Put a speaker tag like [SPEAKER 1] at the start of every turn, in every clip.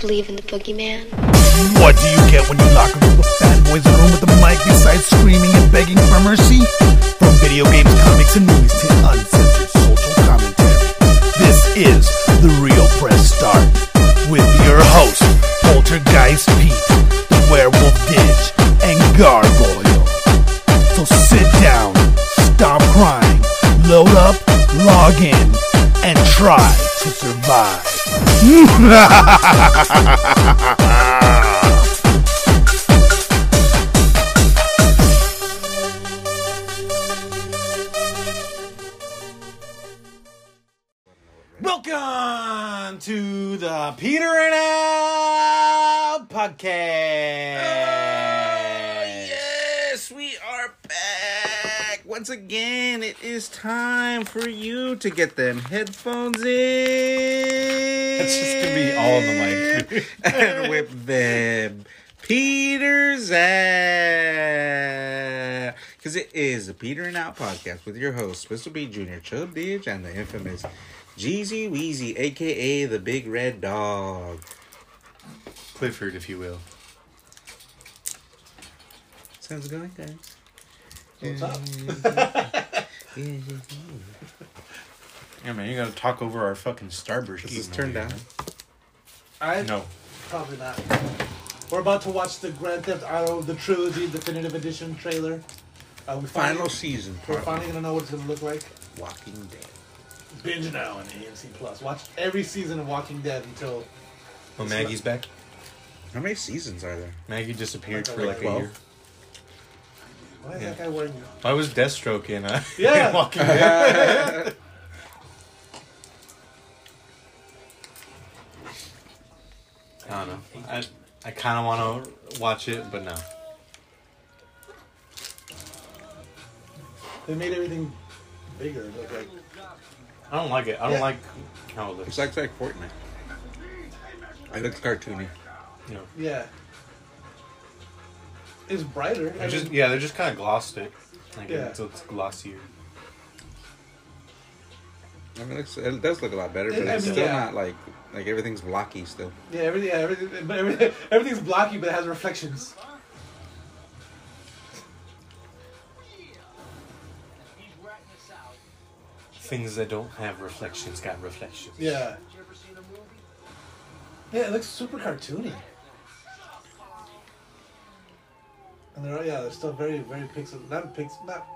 [SPEAKER 1] believe in the boogeyman?
[SPEAKER 2] What do you get when you lock a group of bad boys in a room with a mic besides screaming and begging for mercy? From video games, comics, and movies to uncensored social commentary, this is The Real Press Start with your host, Poltergeist Pete, the Werewolf Ditch, and Gargoyle. So sit down, stop crying, load up, log in, and try to survive.
[SPEAKER 3] Welcome to the Peter and Al
[SPEAKER 4] Oh,
[SPEAKER 3] podcast.
[SPEAKER 5] Yes, we are back once again. It is time for you to get them headphones in. It's
[SPEAKER 3] just gonna be all of the mic.
[SPEAKER 5] and with them, Peter's ass. Because it is the Peter and Out podcast with your host, Mr. B Jr., Chub Didge, and the infamous Jeezy Weezy, aka the Big Red Dog.
[SPEAKER 4] Clifford, if you will.
[SPEAKER 5] Sounds good, guys.
[SPEAKER 4] Yeah, man, you gotta talk over our fucking starburst.
[SPEAKER 5] Is this
[SPEAKER 4] eating
[SPEAKER 5] turned
[SPEAKER 4] over
[SPEAKER 5] down?
[SPEAKER 4] here,
[SPEAKER 6] I
[SPEAKER 4] man. No.
[SPEAKER 6] probably not. We're about to watch the Grand Theft Auto the trilogy definitive edition trailer. Uh, we
[SPEAKER 5] Final
[SPEAKER 6] finally,
[SPEAKER 5] season.
[SPEAKER 6] we're
[SPEAKER 5] probably.
[SPEAKER 6] finally gonna know what it's gonna look like.
[SPEAKER 5] Walking Dead.
[SPEAKER 6] Binge now on AMC Plus. Watch every season of Walking Dead until
[SPEAKER 4] Well, Maggie's back.
[SPEAKER 5] How many seasons are there?
[SPEAKER 4] Maggie disappeared
[SPEAKER 6] Like
[SPEAKER 4] for like a
[SPEAKER 5] twelve?
[SPEAKER 4] year.
[SPEAKER 6] why is
[SPEAKER 4] Yeah.
[SPEAKER 6] that guy wearing?
[SPEAKER 4] Why was Deathstroke in uh,
[SPEAKER 6] Yeah.
[SPEAKER 4] Walking Dead? I don't know. I, I kind of want to watch it, but no.
[SPEAKER 6] They made everything bigger. Look like
[SPEAKER 4] I don't like it. I don't
[SPEAKER 6] Yeah.
[SPEAKER 4] like how it looks.
[SPEAKER 5] It's like like Fortnite. It looks cartoony.
[SPEAKER 4] you know,
[SPEAKER 6] yeah, it's brighter. I
[SPEAKER 4] They're just
[SPEAKER 6] mean,
[SPEAKER 4] yeah, they just kind of glossed it. Like
[SPEAKER 6] Yeah.
[SPEAKER 4] it's, it's glossier.
[SPEAKER 5] I mean, it, looks, it does look a lot better, but
[SPEAKER 6] It- I
[SPEAKER 5] it's
[SPEAKER 6] mean,
[SPEAKER 5] still
[SPEAKER 6] yeah.
[SPEAKER 5] not like like everything's blocky still.
[SPEAKER 6] yeah, everything, yeah, everything, but everything, everything's blocky, but it has reflections.
[SPEAKER 4] Things that don't have reflections got reflections.
[SPEAKER 6] Yeah. Yeah, it looks super cartoony. And they're yeah, they're still very very pixel not pix not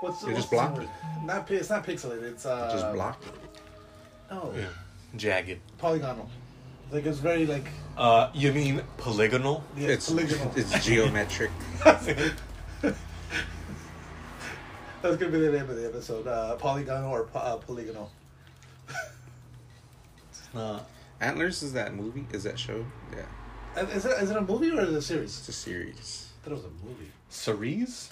[SPEAKER 6] what's the
[SPEAKER 5] They're just
[SPEAKER 6] what's the
[SPEAKER 5] blocky.
[SPEAKER 6] word? Not pi- it's not pixelated. It's uh
[SPEAKER 5] Just blocky.
[SPEAKER 6] No,
[SPEAKER 4] Yeah. Jagged.
[SPEAKER 6] polygonal. Like it's very like
[SPEAKER 4] Uh, you mean polygonal?
[SPEAKER 6] yeah,
[SPEAKER 5] It's
[SPEAKER 6] polygonal.
[SPEAKER 5] it's geometric.
[SPEAKER 6] That's gonna be the name of the episode. Uh, polygonal or po- uh, polygonal.
[SPEAKER 4] Uh,
[SPEAKER 5] Antlers is that movie? Is that show? Yeah,
[SPEAKER 6] And Is it is it a movie or is it a
[SPEAKER 5] it's
[SPEAKER 6] series?
[SPEAKER 5] a series.
[SPEAKER 6] I thought it was a movie.
[SPEAKER 4] Cerise?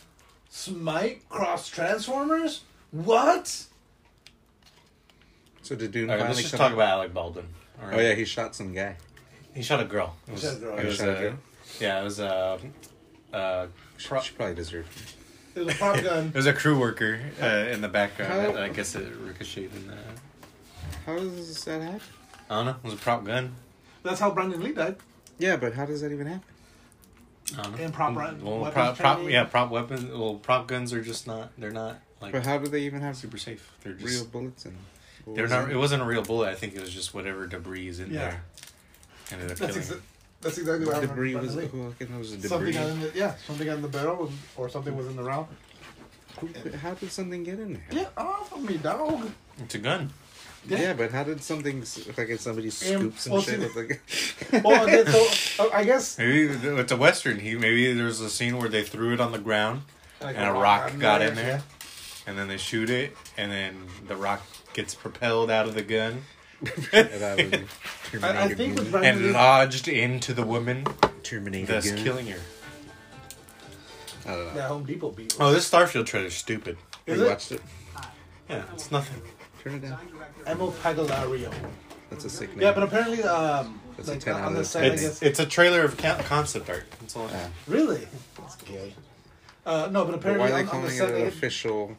[SPEAKER 6] Smite cross Transformers. What?
[SPEAKER 5] So did Dune
[SPEAKER 4] All right,
[SPEAKER 5] finally
[SPEAKER 4] let's just
[SPEAKER 5] come
[SPEAKER 4] talk
[SPEAKER 5] out?
[SPEAKER 4] about Alec Baldwin. All right.
[SPEAKER 5] Oh yeah, he shot some guy.
[SPEAKER 4] he shot a girl. It
[SPEAKER 6] shot a girl.
[SPEAKER 4] It
[SPEAKER 5] He
[SPEAKER 4] was,
[SPEAKER 5] shot a
[SPEAKER 4] uh,
[SPEAKER 5] girl?
[SPEAKER 4] Yeah, it was a. Uh, uh, pro-
[SPEAKER 5] she probably deserved. It.
[SPEAKER 6] It was a prop gun.
[SPEAKER 4] it was a crew worker uh, in the background.
[SPEAKER 5] How-
[SPEAKER 4] I guess it ricocheted. In the,
[SPEAKER 5] How does that happen?
[SPEAKER 4] I don't know. It was a prop gun.
[SPEAKER 6] That's how Brandon Lee died.
[SPEAKER 5] Yeah, but how does that even happen?
[SPEAKER 4] I don't know.
[SPEAKER 6] And prop
[SPEAKER 4] Well,
[SPEAKER 6] run-
[SPEAKER 4] well,
[SPEAKER 6] weapons
[SPEAKER 4] prop, prop,
[SPEAKER 6] training?
[SPEAKER 4] yeah, prop weapons. Well, prop guns are just not. They're not like
[SPEAKER 5] But how do they even have
[SPEAKER 4] super safe. They're just.
[SPEAKER 5] real bullets and?
[SPEAKER 4] they're not. It wasn't a real bullet. I think it was just whatever debris is in
[SPEAKER 6] Yeah.
[SPEAKER 4] there. Ended up
[SPEAKER 6] That's,
[SPEAKER 4] killing.
[SPEAKER 6] exa- that's exactly what I remember.
[SPEAKER 5] debris
[SPEAKER 6] about
[SPEAKER 5] was
[SPEAKER 6] the
[SPEAKER 5] oh,
[SPEAKER 6] leak.
[SPEAKER 5] okay, that was a
[SPEAKER 6] something
[SPEAKER 5] debris.
[SPEAKER 6] on the yeah, something on the barrel was- or something was in the round.
[SPEAKER 5] How did something get in there?
[SPEAKER 6] Get off of me, dog!
[SPEAKER 4] it's a gun.
[SPEAKER 5] Yeah, but how did something s- fucking somebody
[SPEAKER 6] And-
[SPEAKER 5] scoop some
[SPEAKER 6] well,
[SPEAKER 5] shit
[SPEAKER 6] see-
[SPEAKER 5] with like
[SPEAKER 6] Well, okay, Oh, so uh, I guess
[SPEAKER 4] Maybe it's a western. He maybe there's a scene where they threw it on the ground
[SPEAKER 6] Like
[SPEAKER 4] and
[SPEAKER 6] a
[SPEAKER 4] a
[SPEAKER 6] rock
[SPEAKER 4] rock
[SPEAKER 6] on
[SPEAKER 4] got
[SPEAKER 6] there,
[SPEAKER 4] in there, and then they shoot it, and then the rock gets propelled out of the gun
[SPEAKER 5] I,
[SPEAKER 6] I, I think with
[SPEAKER 5] Terminator
[SPEAKER 6] Brandon
[SPEAKER 4] and
[SPEAKER 6] Lee,
[SPEAKER 4] lodged into the woman,
[SPEAKER 5] Terminator
[SPEAKER 4] thus
[SPEAKER 5] gun.
[SPEAKER 4] killing her.
[SPEAKER 5] I don't know.
[SPEAKER 6] that Home Depot beat.
[SPEAKER 4] Oh, this Starfield trailer's stupid.
[SPEAKER 6] is
[SPEAKER 5] you
[SPEAKER 6] it
[SPEAKER 5] watched it?
[SPEAKER 4] Yeah, it's nothing.
[SPEAKER 5] Turn it down.
[SPEAKER 6] Emo Pagalario?
[SPEAKER 5] That's a sick name.
[SPEAKER 6] Yeah, but apparently, um,
[SPEAKER 5] That's a
[SPEAKER 6] like
[SPEAKER 5] 10 out
[SPEAKER 6] on
[SPEAKER 5] of
[SPEAKER 6] the
[SPEAKER 5] 10.
[SPEAKER 6] side, I
[SPEAKER 4] It's
[SPEAKER 6] guess.
[SPEAKER 4] it's a trailer of con- concept art. That's all. I
[SPEAKER 5] Yeah.
[SPEAKER 6] really, that's gay. Uh, no, but
[SPEAKER 5] But
[SPEAKER 6] apparently
[SPEAKER 5] why are they
[SPEAKER 6] on, on the
[SPEAKER 5] calling it
[SPEAKER 6] side,
[SPEAKER 5] an
[SPEAKER 6] they-
[SPEAKER 5] official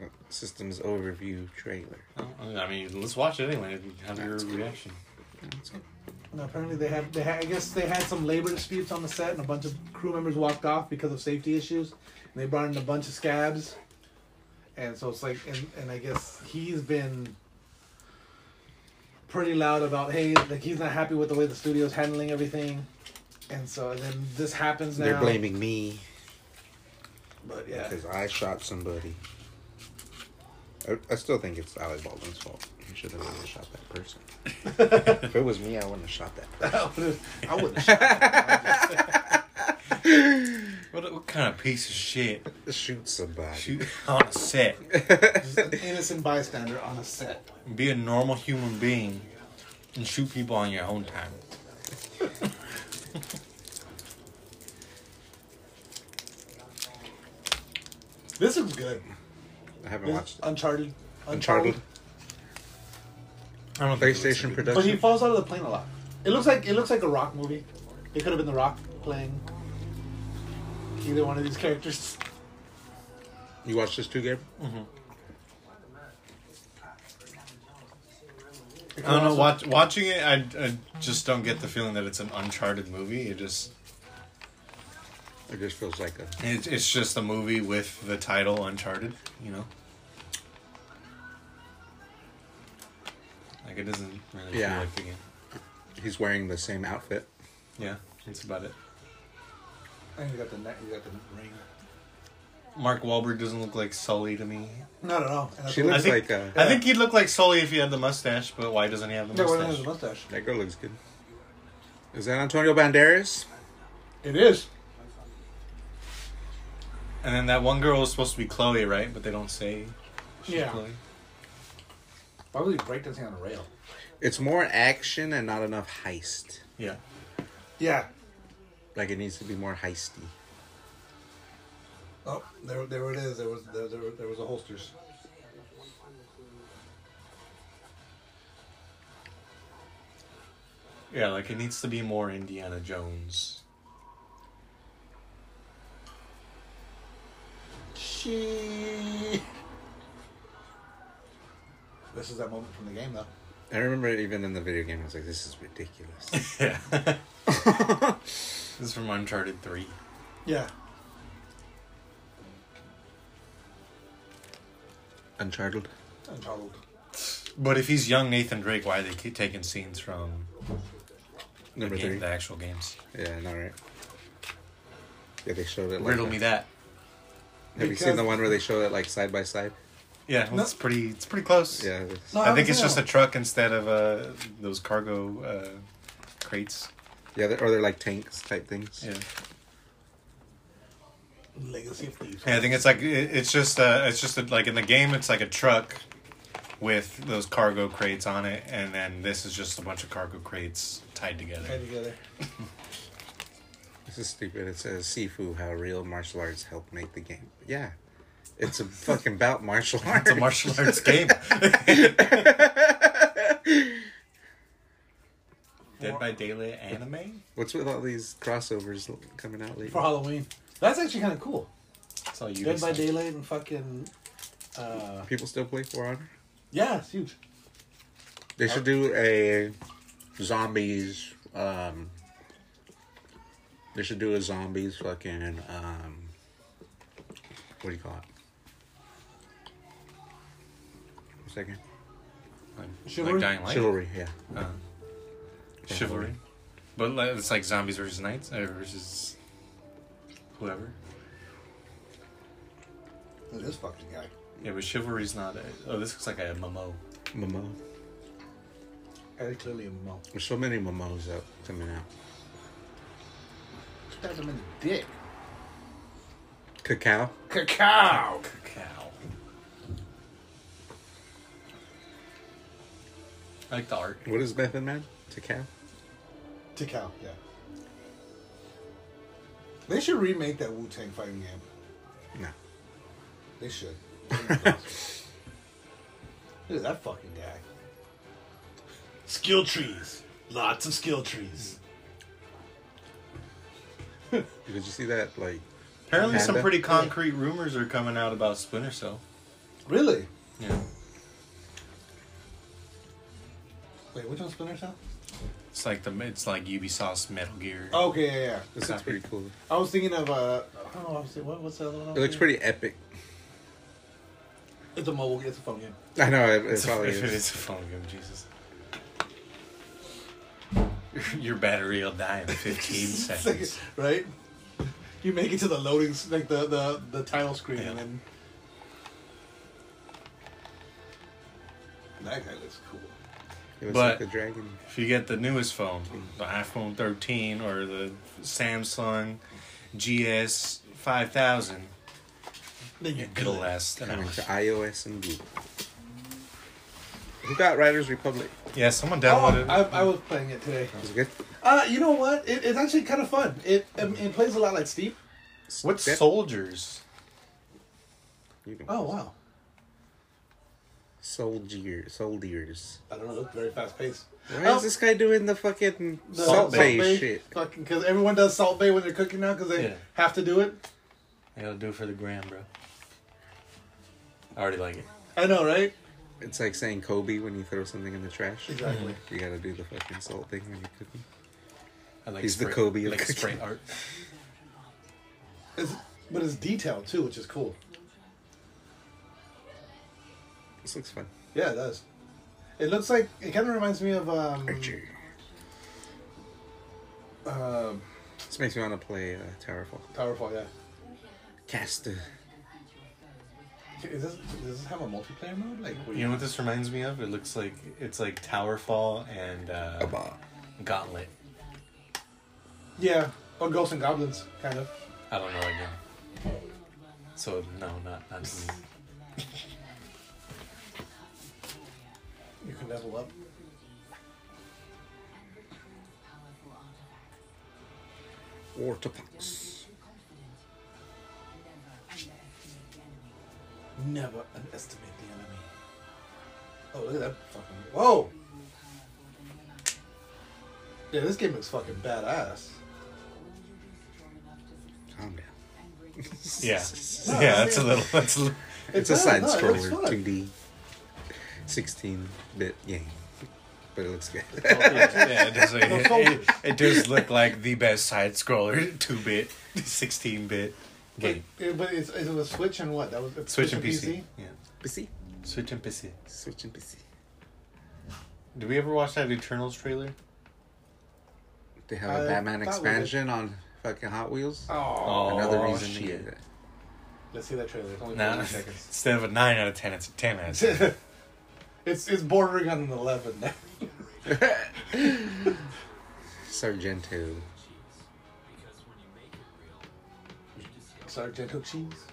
[SPEAKER 5] uh, systems overview trailer?
[SPEAKER 4] I mean, let's watch it anyway. Have your reaction.
[SPEAKER 6] No, apparently they had, they had. I guess they had some labor disputes on the set, and a bunch of crew members walked off because of safety issues. And they brought in a bunch of scabs, and so it's like, and, and I guess he's been pretty loud about, hey, like he's not happy with the way the studio's handling everything, and so and then this happens now.
[SPEAKER 5] They're blaming me
[SPEAKER 6] but yeah,
[SPEAKER 5] because I shot somebody. I, I still think it's Alec Baldwin's fault. He should have never shot that person. if it was me, I wouldn't have shot that person.
[SPEAKER 6] I wouldn't. I wouldn't shoot
[SPEAKER 4] What, what kind of piece of shit
[SPEAKER 5] Shoot somebody.
[SPEAKER 4] shoot on a set?
[SPEAKER 6] just an innocent bystander on a set.
[SPEAKER 4] Be a normal human being and shoot people on your own time.
[SPEAKER 6] This is good.
[SPEAKER 5] I haven't
[SPEAKER 6] This-
[SPEAKER 5] watched it.
[SPEAKER 6] Uncharted.
[SPEAKER 5] Uncharted.
[SPEAKER 4] I don't think it was a
[SPEAKER 5] PlayStation
[SPEAKER 4] good-
[SPEAKER 6] But he
[SPEAKER 5] production.
[SPEAKER 6] falls out of the plane a lot. It looks like it looks like a rock movie. It could have been the rock playing either one of these characters.
[SPEAKER 5] You watched this too, Gabe?
[SPEAKER 4] I don't know. Watch, watching it, I, I just don't get the feeling that it's an Uncharted movie. It just
[SPEAKER 5] It just feels like a.
[SPEAKER 4] it, it's just a movie with the title Uncharted. You know, like it doesn't really
[SPEAKER 5] Yeah.
[SPEAKER 4] feel like the game.
[SPEAKER 5] He's wearing the same outfit.
[SPEAKER 4] Yeah, that's about it.
[SPEAKER 6] And you got the neck, you got the ring.
[SPEAKER 4] Mark Wahlberg doesn't look like Sully to me.
[SPEAKER 6] Not at all. And that's
[SPEAKER 5] She
[SPEAKER 6] what-
[SPEAKER 4] I
[SPEAKER 5] looks
[SPEAKER 4] think
[SPEAKER 5] like uh, a.
[SPEAKER 4] I think he'd look like Sully if he had the mustache, but why doesn't he have the
[SPEAKER 6] Yeah, well, it has
[SPEAKER 4] mustache?
[SPEAKER 6] a mustache.
[SPEAKER 5] That girl looks good. Is that Antonio Banderas?
[SPEAKER 6] It is.
[SPEAKER 4] and then that one girl was supposed to be Chloe, right? But they don't say she's
[SPEAKER 6] Yeah.
[SPEAKER 4] Chloe.
[SPEAKER 6] Why would he break this thing on a rail?
[SPEAKER 5] It's more action and not enough heist.
[SPEAKER 4] Yeah.
[SPEAKER 6] Yeah.
[SPEAKER 5] Like it needs to be more heisty.
[SPEAKER 6] Oh, there, there it is. There was, there, there, there was a holsters.
[SPEAKER 4] Yeah, like it needs to be more Indiana Jones.
[SPEAKER 6] She. This is that moment from the game, though.
[SPEAKER 5] I remember even in the video game, I was like, "This is ridiculous."
[SPEAKER 4] Yeah. this is from Uncharted 3.
[SPEAKER 6] Yeah.
[SPEAKER 5] Uncharted.
[SPEAKER 6] Uncharted.
[SPEAKER 4] But if he's young Nathan Drake, why are they keep taking scenes from the,
[SPEAKER 5] Number
[SPEAKER 4] game-
[SPEAKER 5] three.
[SPEAKER 4] the actual games?
[SPEAKER 5] Yeah, not right. Yeah, they showed it. Like
[SPEAKER 4] Riddle
[SPEAKER 5] a-
[SPEAKER 4] me that.
[SPEAKER 5] Have you
[SPEAKER 6] Because-
[SPEAKER 5] seen the one where they show it like side by side?
[SPEAKER 4] Yeah, well, it's pretty. It's pretty close.
[SPEAKER 5] Yeah. it's-
[SPEAKER 6] No,
[SPEAKER 4] I think it's
[SPEAKER 6] don't
[SPEAKER 4] just
[SPEAKER 6] know.
[SPEAKER 4] a truck instead of uh, those cargo uh, crates.
[SPEAKER 5] Yeah, they're, or they're like tanks type things.
[SPEAKER 4] Yeah.
[SPEAKER 6] Legacy of Thieves.
[SPEAKER 4] Yeah, I think it's like it- it's just uh, it's just like in the game, it's like a truck with those cargo crates on it, and then this is just a bunch of cargo crates tied
[SPEAKER 6] Tied
[SPEAKER 4] together.
[SPEAKER 6] together.
[SPEAKER 5] This is stupid. It says Sifu, how real martial arts help make the game. Yeah. It's a fucking about martial arts.
[SPEAKER 4] It's a martial arts game. Dead by Daylight anime.
[SPEAKER 5] What's with all these crossovers l- coming out lately?
[SPEAKER 6] For Halloween. That's actually kind of cool.
[SPEAKER 4] It's all you.
[SPEAKER 6] Dead by Daylight and fucking. Uh,
[SPEAKER 5] People still play For Honor?
[SPEAKER 6] yeah, it's huge.
[SPEAKER 5] They should do a zombies. Um, they should do a zombies fucking. Um, what do you call it? One second.
[SPEAKER 4] Like,
[SPEAKER 6] Chivalry?
[SPEAKER 4] like Dying Light.
[SPEAKER 5] Chivalry, yeah.
[SPEAKER 4] Uh, chivalry. But like, it's like zombies versus knights uh, versus whoever.
[SPEAKER 6] Look at this fucking guy.
[SPEAKER 4] Yeah, but chivalry's not. A, oh, this looks like a MMO.
[SPEAKER 5] Momo.
[SPEAKER 6] Very clearly a mole.
[SPEAKER 5] There's so many Momos out coming out.
[SPEAKER 6] Stab him in the dick.
[SPEAKER 5] Cacao.
[SPEAKER 6] Cacao!
[SPEAKER 4] Cow. I like the art.
[SPEAKER 5] What is Method Man? Cacao.
[SPEAKER 6] Cacao, yeah. They should remake that Wu Tang fighting game.
[SPEAKER 5] No.
[SPEAKER 6] They should. Look at that fucking guy. Skill trees. Lots of skill trees.
[SPEAKER 5] Did you see that? Like,
[SPEAKER 4] Apparently, some
[SPEAKER 5] Panda?
[SPEAKER 4] pretty concrete rumors are coming out about Splinter Cell.
[SPEAKER 6] Really?
[SPEAKER 4] Yeah.
[SPEAKER 6] Wait, which one's Splinter Cell?
[SPEAKER 4] It's like the it's like Ubisoft's Metal Gear.
[SPEAKER 6] Okay, yeah, yeah.
[SPEAKER 5] This looks pretty cool.
[SPEAKER 6] I was thinking of uh, I don't know. I was thinking- What, what's the other one? I was
[SPEAKER 5] It looks
[SPEAKER 6] thinking?
[SPEAKER 5] pretty epic.
[SPEAKER 6] It's a mobile. It's a phone game.
[SPEAKER 5] I know it, it
[SPEAKER 4] It's a,
[SPEAKER 5] probably
[SPEAKER 4] if it
[SPEAKER 5] is.
[SPEAKER 4] is a phone game, Jesus. Your battery will die in 15
[SPEAKER 6] It's like-
[SPEAKER 4] seconds.
[SPEAKER 6] right? You make it to the loading, s- like the the the title screen, and then that guy looks cool.
[SPEAKER 5] It looks
[SPEAKER 4] But-
[SPEAKER 5] like the dragon.
[SPEAKER 4] If you get the newest phone, the iPhone 13 or the Samsung GS 5000,
[SPEAKER 6] Then you
[SPEAKER 4] it'll last an hour.
[SPEAKER 5] Coming to iOS and Google. Who got Riders Republic?
[SPEAKER 4] Yeah, someone
[SPEAKER 6] Oh,
[SPEAKER 4] downloaded
[SPEAKER 6] I,
[SPEAKER 4] it.
[SPEAKER 6] I was playing it today.
[SPEAKER 5] Is it good?
[SPEAKER 6] Uh, you know what? It, it's actually kind of fun. It, um, it plays a lot like Steep.
[SPEAKER 4] What's
[SPEAKER 5] Step-
[SPEAKER 4] Soldiers?
[SPEAKER 5] You can-
[SPEAKER 6] Oh wow!
[SPEAKER 5] Soldier, soldiers.
[SPEAKER 6] I don't know. It's very fast paced.
[SPEAKER 5] Why
[SPEAKER 6] Oh.
[SPEAKER 5] is this guy doing the fucking
[SPEAKER 6] The
[SPEAKER 5] salt
[SPEAKER 4] Bay.
[SPEAKER 5] bay shit?
[SPEAKER 6] Fucking because everyone does Salt Bay when they're cooking now because they
[SPEAKER 4] Yeah.
[SPEAKER 6] have to do it.
[SPEAKER 4] I gotta do it for the gram, bro. I already like it.
[SPEAKER 6] I know, right?
[SPEAKER 5] It's like saying Kobe when you throw something in the trash.
[SPEAKER 6] Exactly.
[SPEAKER 5] You gotta do the fucking salt thing when you're cooking.
[SPEAKER 4] I like
[SPEAKER 5] He's the
[SPEAKER 4] spray-
[SPEAKER 5] Kobe
[SPEAKER 4] I
[SPEAKER 5] of
[SPEAKER 4] like
[SPEAKER 5] cooking.
[SPEAKER 4] spray art.
[SPEAKER 6] It's, but it's detailed too, which is cool.
[SPEAKER 5] This looks fun.
[SPEAKER 6] Yeah, it does. It looks like it kind of reminds me of um,
[SPEAKER 5] Archer.
[SPEAKER 6] um
[SPEAKER 5] This makes me want to play uh, Towerfall.
[SPEAKER 6] Towerfall. Yeah.
[SPEAKER 5] Caster.
[SPEAKER 6] Is this, does this have a multiplayer mode? Like, where
[SPEAKER 4] You know what this reminds me of? It looks like it's like Towerfall and uh,
[SPEAKER 5] Abba.
[SPEAKER 4] Gauntlet.
[SPEAKER 6] yeah, or Ghosts and Goblins, kind of.
[SPEAKER 4] I don't know again. So no, not not to me.
[SPEAKER 6] You can level up.
[SPEAKER 5] Waterpox.
[SPEAKER 6] Never underestimate the enemy. Oh, look at that fucking. Whoa! Yeah, this game looks fucking badass.
[SPEAKER 5] Calm down.
[SPEAKER 4] Yeah, yeah, that's a little. That's a little
[SPEAKER 5] It's a side scroller,
[SPEAKER 6] It's fun.
[SPEAKER 5] 2D, 16 bit game. But it looks good.
[SPEAKER 6] Oh,
[SPEAKER 4] yeah, it does. It,
[SPEAKER 6] Soldiers.
[SPEAKER 4] it, it does look like the best side scroller, two bit, sixteen bit.
[SPEAKER 6] It, it- but it's, it was Switch and what? That was it's
[SPEAKER 4] Switch and
[SPEAKER 6] and
[SPEAKER 4] PC. Yeah,
[SPEAKER 5] PC.
[SPEAKER 4] Switch and PC.
[SPEAKER 5] Switching PC.
[SPEAKER 4] Did we ever watch that Eternals trailer?
[SPEAKER 5] They have a
[SPEAKER 6] I
[SPEAKER 5] Batman
[SPEAKER 6] thought we
[SPEAKER 5] expansion on fucking Hot Wheels.
[SPEAKER 6] Oh,
[SPEAKER 5] Another reason
[SPEAKER 4] shit.
[SPEAKER 5] to get it.
[SPEAKER 6] let's see that trailer. It's only
[SPEAKER 4] Nah,
[SPEAKER 6] 40 seconds.
[SPEAKER 4] instead of a nine out of ten, it's a ten out of ten.
[SPEAKER 6] it's it's bordering on an eleven. now.
[SPEAKER 5] Sargento.
[SPEAKER 6] Sargento cheese.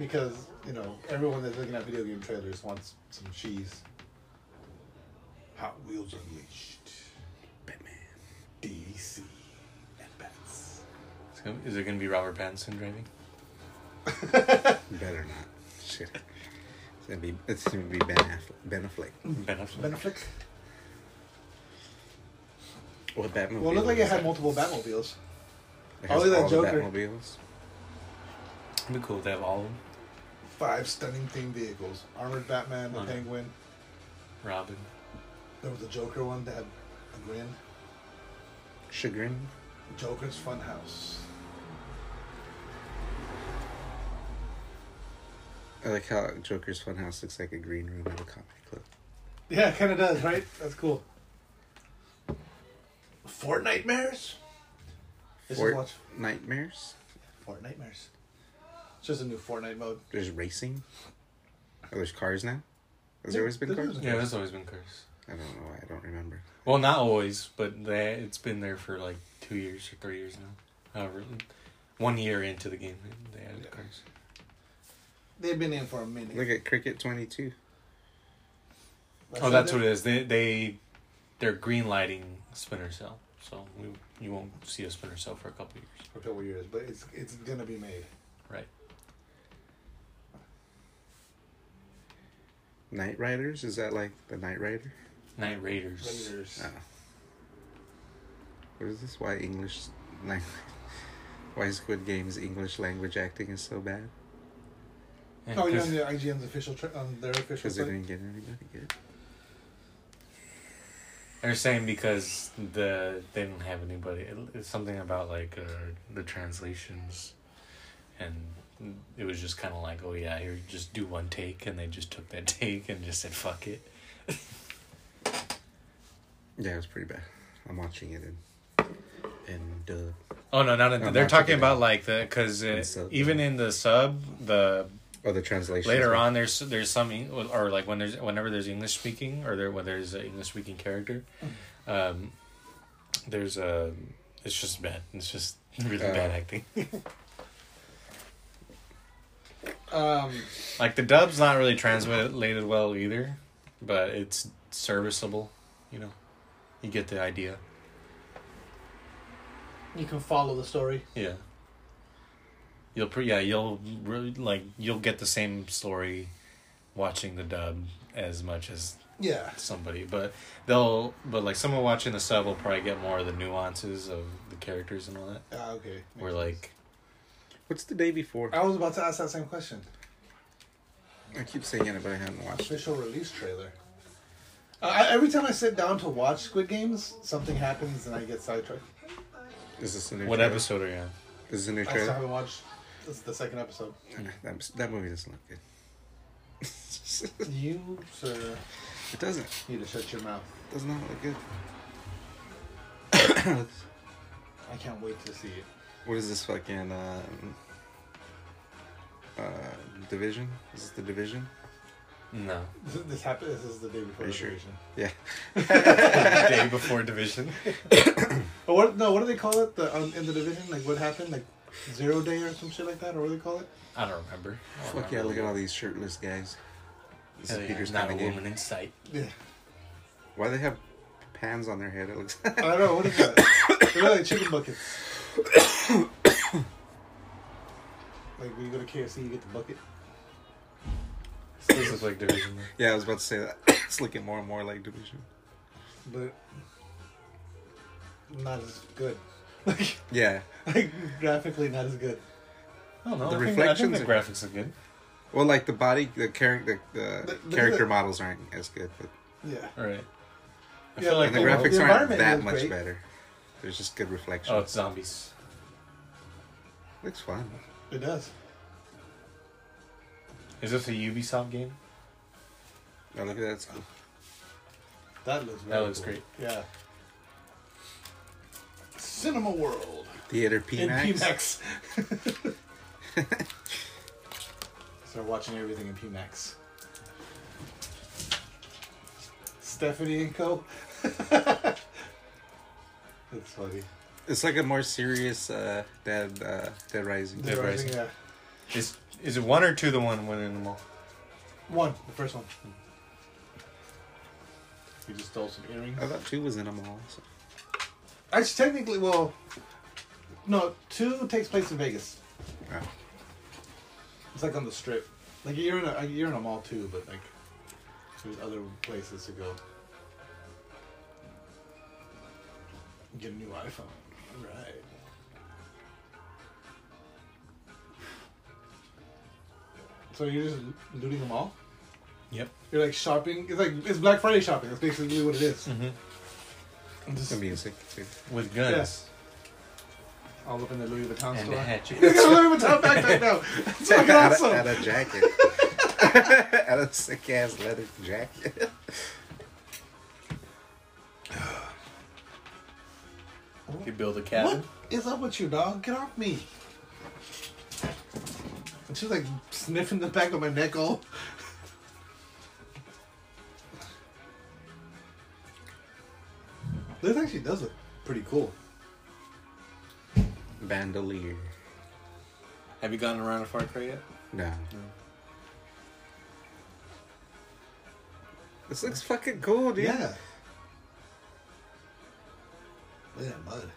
[SPEAKER 6] Because you know everyone that's looking at video game trailers wants some cheese. Hot Wheels Unleashed,
[SPEAKER 5] Batman.
[SPEAKER 6] DC, and bats.
[SPEAKER 4] It's gonna- Is it going to be Robert Pattinson driving?
[SPEAKER 5] Better not. Shit. It's gonna be, it's gonna be Ben Affleck. Ben Affleck.
[SPEAKER 4] Ben Affleck.
[SPEAKER 6] Ben Affleck.
[SPEAKER 5] Or Batmobile.
[SPEAKER 6] Well, it looked like it
[SPEAKER 5] is
[SPEAKER 6] had
[SPEAKER 5] that-
[SPEAKER 6] multiple Batmobiles.
[SPEAKER 5] it
[SPEAKER 6] Oh,
[SPEAKER 5] has
[SPEAKER 6] look at
[SPEAKER 5] all
[SPEAKER 6] that
[SPEAKER 5] the
[SPEAKER 6] Joker.
[SPEAKER 5] Batmobiles.
[SPEAKER 4] It'd be cool to have all of them.
[SPEAKER 6] Five stunning themed vehicles: armored Batman, the
[SPEAKER 4] Wow.
[SPEAKER 6] Penguin.
[SPEAKER 4] Robin.
[SPEAKER 6] There was a Joker one that had a grin.
[SPEAKER 5] Chagrin.
[SPEAKER 6] Joker's Funhouse.
[SPEAKER 5] I like how Joker's Funhouse looks like a green room at a comedy club.
[SPEAKER 6] Yeah, it kind of does, right? That's cool. Fort Nightmares. This is
[SPEAKER 5] Fort
[SPEAKER 6] watch
[SPEAKER 5] Nightmares.
[SPEAKER 6] Fort Nightmares. It's just a new Fortnite mode.
[SPEAKER 5] There's racing. Oh, there's cars now. Has there always been
[SPEAKER 6] There-
[SPEAKER 5] cars?
[SPEAKER 6] there's-
[SPEAKER 4] Yeah, that's always been cursed.
[SPEAKER 5] I don't know. why. I don't remember.
[SPEAKER 4] Well, not always, but they, it's been there for like two years or three years now. However, one year into the game, they they added cars.
[SPEAKER 6] They've been in for a minute.
[SPEAKER 5] Look at Cricket 22.
[SPEAKER 4] Oh, that's what it is. They they they're green lighting spinner cell, so we, you won't see a spinner cell for a couple of years.
[SPEAKER 6] For a couple years, but it's it's gonna be made.
[SPEAKER 4] Right.
[SPEAKER 5] Night Riders? Is that like the Night Rider?
[SPEAKER 4] Night Raiders.
[SPEAKER 6] Raiders.
[SPEAKER 5] Oh. What is this? Why English language? Why Squid Game's English language acting is so bad?
[SPEAKER 4] Yeah,
[SPEAKER 6] Oh, you're
[SPEAKER 4] 'cause-
[SPEAKER 6] on the IGN's official tra- on their official.
[SPEAKER 5] Because they
[SPEAKER 6] site?
[SPEAKER 5] didn't get anybody good.
[SPEAKER 4] They're saying because the they don't have anybody. It, it's something about like uh, the translations, and it was just kind of like, oh yeah, here just do one take, and they just took that take and just said fuck it.
[SPEAKER 5] Yeah, it's pretty bad. I'm watching it in in uh, dub.
[SPEAKER 4] Oh no, not in,
[SPEAKER 5] No,
[SPEAKER 4] they're
[SPEAKER 5] not
[SPEAKER 4] talking
[SPEAKER 5] taken
[SPEAKER 4] about
[SPEAKER 5] out.
[SPEAKER 4] like the because
[SPEAKER 5] And so-
[SPEAKER 4] even in the sub the
[SPEAKER 5] Oh, the translation.
[SPEAKER 4] later on there's there's some Eng- or like when there's whenever there's english speaking or there when there's an english speaking character
[SPEAKER 5] Mm.
[SPEAKER 4] um there's a it's just bad it's just really
[SPEAKER 5] Uh.
[SPEAKER 4] bad acting
[SPEAKER 6] Um,
[SPEAKER 4] like the dub's not really translated well either but it's serviceable you know you get the idea
[SPEAKER 6] you can follow the story.
[SPEAKER 4] yeah you'll pre- yeah you'll really like you'll get the same story watching the dub as much as
[SPEAKER 6] Yeah.
[SPEAKER 4] somebody, but they'll but like someone watching the sub will probably get more of the nuances of the characters and all that.
[SPEAKER 6] Ah, okay.
[SPEAKER 4] Where like
[SPEAKER 5] What's the day before?
[SPEAKER 6] I was about to ask that same question.
[SPEAKER 5] I keep saying it, but I haven't watched it.
[SPEAKER 6] Official release trailer. Uh, I, every time I sit down to watch Squid Games, something happens and I get sidetracked.
[SPEAKER 5] Is this a new
[SPEAKER 4] what
[SPEAKER 5] trailer?
[SPEAKER 4] episode are you on?
[SPEAKER 5] This is a new
[SPEAKER 6] I still
[SPEAKER 5] trailer.
[SPEAKER 6] haven't watched this, the second episode.
[SPEAKER 5] That, that movie doesn't look good.
[SPEAKER 6] You, sir,
[SPEAKER 5] It doesn't.
[SPEAKER 6] need to shut your mouth.
[SPEAKER 5] It does not look good.
[SPEAKER 6] I can't wait to see it.
[SPEAKER 5] What is this fucking um, uh, division? Is this the division?
[SPEAKER 4] No,
[SPEAKER 6] This, this happened. This is the day before
[SPEAKER 5] Are you
[SPEAKER 6] the
[SPEAKER 5] sure?
[SPEAKER 6] division.
[SPEAKER 5] Yeah.
[SPEAKER 4] day before division.
[SPEAKER 6] But what? No, what do they call it? The um, in the division, like what happened? Like zero day or some shit like that, or what do they call it?
[SPEAKER 4] I don't remember. I don't
[SPEAKER 5] Fuck yeah!
[SPEAKER 4] remember.
[SPEAKER 5] Oh, Look at all these shirtless guys. This
[SPEAKER 4] Hell
[SPEAKER 5] is
[SPEAKER 4] yeah,
[SPEAKER 5] Peter's
[SPEAKER 4] not
[SPEAKER 5] kind
[SPEAKER 4] a
[SPEAKER 5] of game.
[SPEAKER 4] woman in sight.
[SPEAKER 6] Yeah.
[SPEAKER 5] Why they have pans on their head? It looks.
[SPEAKER 6] I don't know. What is that? they look like chicken buckets. like when you go to KFC, you get the bucket.
[SPEAKER 4] This looks like division.
[SPEAKER 5] yeah, I was about to say that. it's looking more and more like division.
[SPEAKER 6] but not as good.
[SPEAKER 5] Yeah.
[SPEAKER 6] Like graphically, not as good.
[SPEAKER 4] I don't know.
[SPEAKER 5] The
[SPEAKER 4] I think- I think
[SPEAKER 5] reflections
[SPEAKER 4] the
[SPEAKER 5] are-
[SPEAKER 4] graphics are good.
[SPEAKER 5] Well, like the body, the character, the,
[SPEAKER 6] The-
[SPEAKER 5] the
[SPEAKER 6] the-
[SPEAKER 5] character
[SPEAKER 6] the-
[SPEAKER 5] models aren't as good, but
[SPEAKER 6] Yeah.
[SPEAKER 4] All right. I
[SPEAKER 6] Yeah,
[SPEAKER 4] feel like
[SPEAKER 5] and the
[SPEAKER 4] the
[SPEAKER 6] graphic-
[SPEAKER 5] graphics aren't
[SPEAKER 6] environment
[SPEAKER 5] that
[SPEAKER 6] is
[SPEAKER 5] much
[SPEAKER 6] great.
[SPEAKER 5] better. There's just good reflection.
[SPEAKER 4] oh, it's zombies.
[SPEAKER 5] Looks fun.
[SPEAKER 6] It does.
[SPEAKER 4] Is this a Ubisoft game?
[SPEAKER 5] Now Oh, look at that. song.
[SPEAKER 6] That looks.
[SPEAKER 4] That
[SPEAKER 6] really
[SPEAKER 4] looks
[SPEAKER 6] cool.
[SPEAKER 4] great.
[SPEAKER 6] Yeah. Cinema World
[SPEAKER 5] Theater
[SPEAKER 6] in
[SPEAKER 5] PMAX.
[SPEAKER 6] PMax. Start watching everything in PMax. Stephanie and Co. That's funny.
[SPEAKER 5] It's like a more serious uh, Dead uh, Dead Rising.
[SPEAKER 4] Dead Rising.
[SPEAKER 6] Yeah.
[SPEAKER 4] Is is it one or two? The one winning them all.
[SPEAKER 6] One, the first one. You just stole some earrings.
[SPEAKER 5] I thought two was in them all. So.
[SPEAKER 6] Actually, technically, well, no, two takes place in Vegas.
[SPEAKER 5] Oh.
[SPEAKER 6] It's like on the strip. Like you're in a you're in a mall too, but like there's other places to go. Get a new iPhone. Right. So you're just looting them all?
[SPEAKER 4] Yep.
[SPEAKER 6] You're like shopping. It's like it's Black Friday shopping. That's basically what it is.
[SPEAKER 4] Mm-hmm.
[SPEAKER 6] I'm just
[SPEAKER 5] The music too.
[SPEAKER 4] With guns
[SPEAKER 6] Yes. all up in the Louis Vuitton
[SPEAKER 4] Mm-hmm. and
[SPEAKER 6] store.
[SPEAKER 4] a hatchet.
[SPEAKER 6] Look at Louis Vuitton backpack now. It's fucking
[SPEAKER 5] out,
[SPEAKER 6] awesome.
[SPEAKER 5] a, out a jacket. out a sick ass leather jacket.
[SPEAKER 4] you build a
[SPEAKER 6] What
[SPEAKER 4] cabin.
[SPEAKER 6] is up with you, dog? Get off me. And she's like sniffing the back of my neck all. This actually does look pretty cool.
[SPEAKER 5] Bandolier.
[SPEAKER 4] Have you gotten around a Far Cry yet?
[SPEAKER 5] No. This looks fucking cool, dude.
[SPEAKER 6] Yeah. Look at that mud.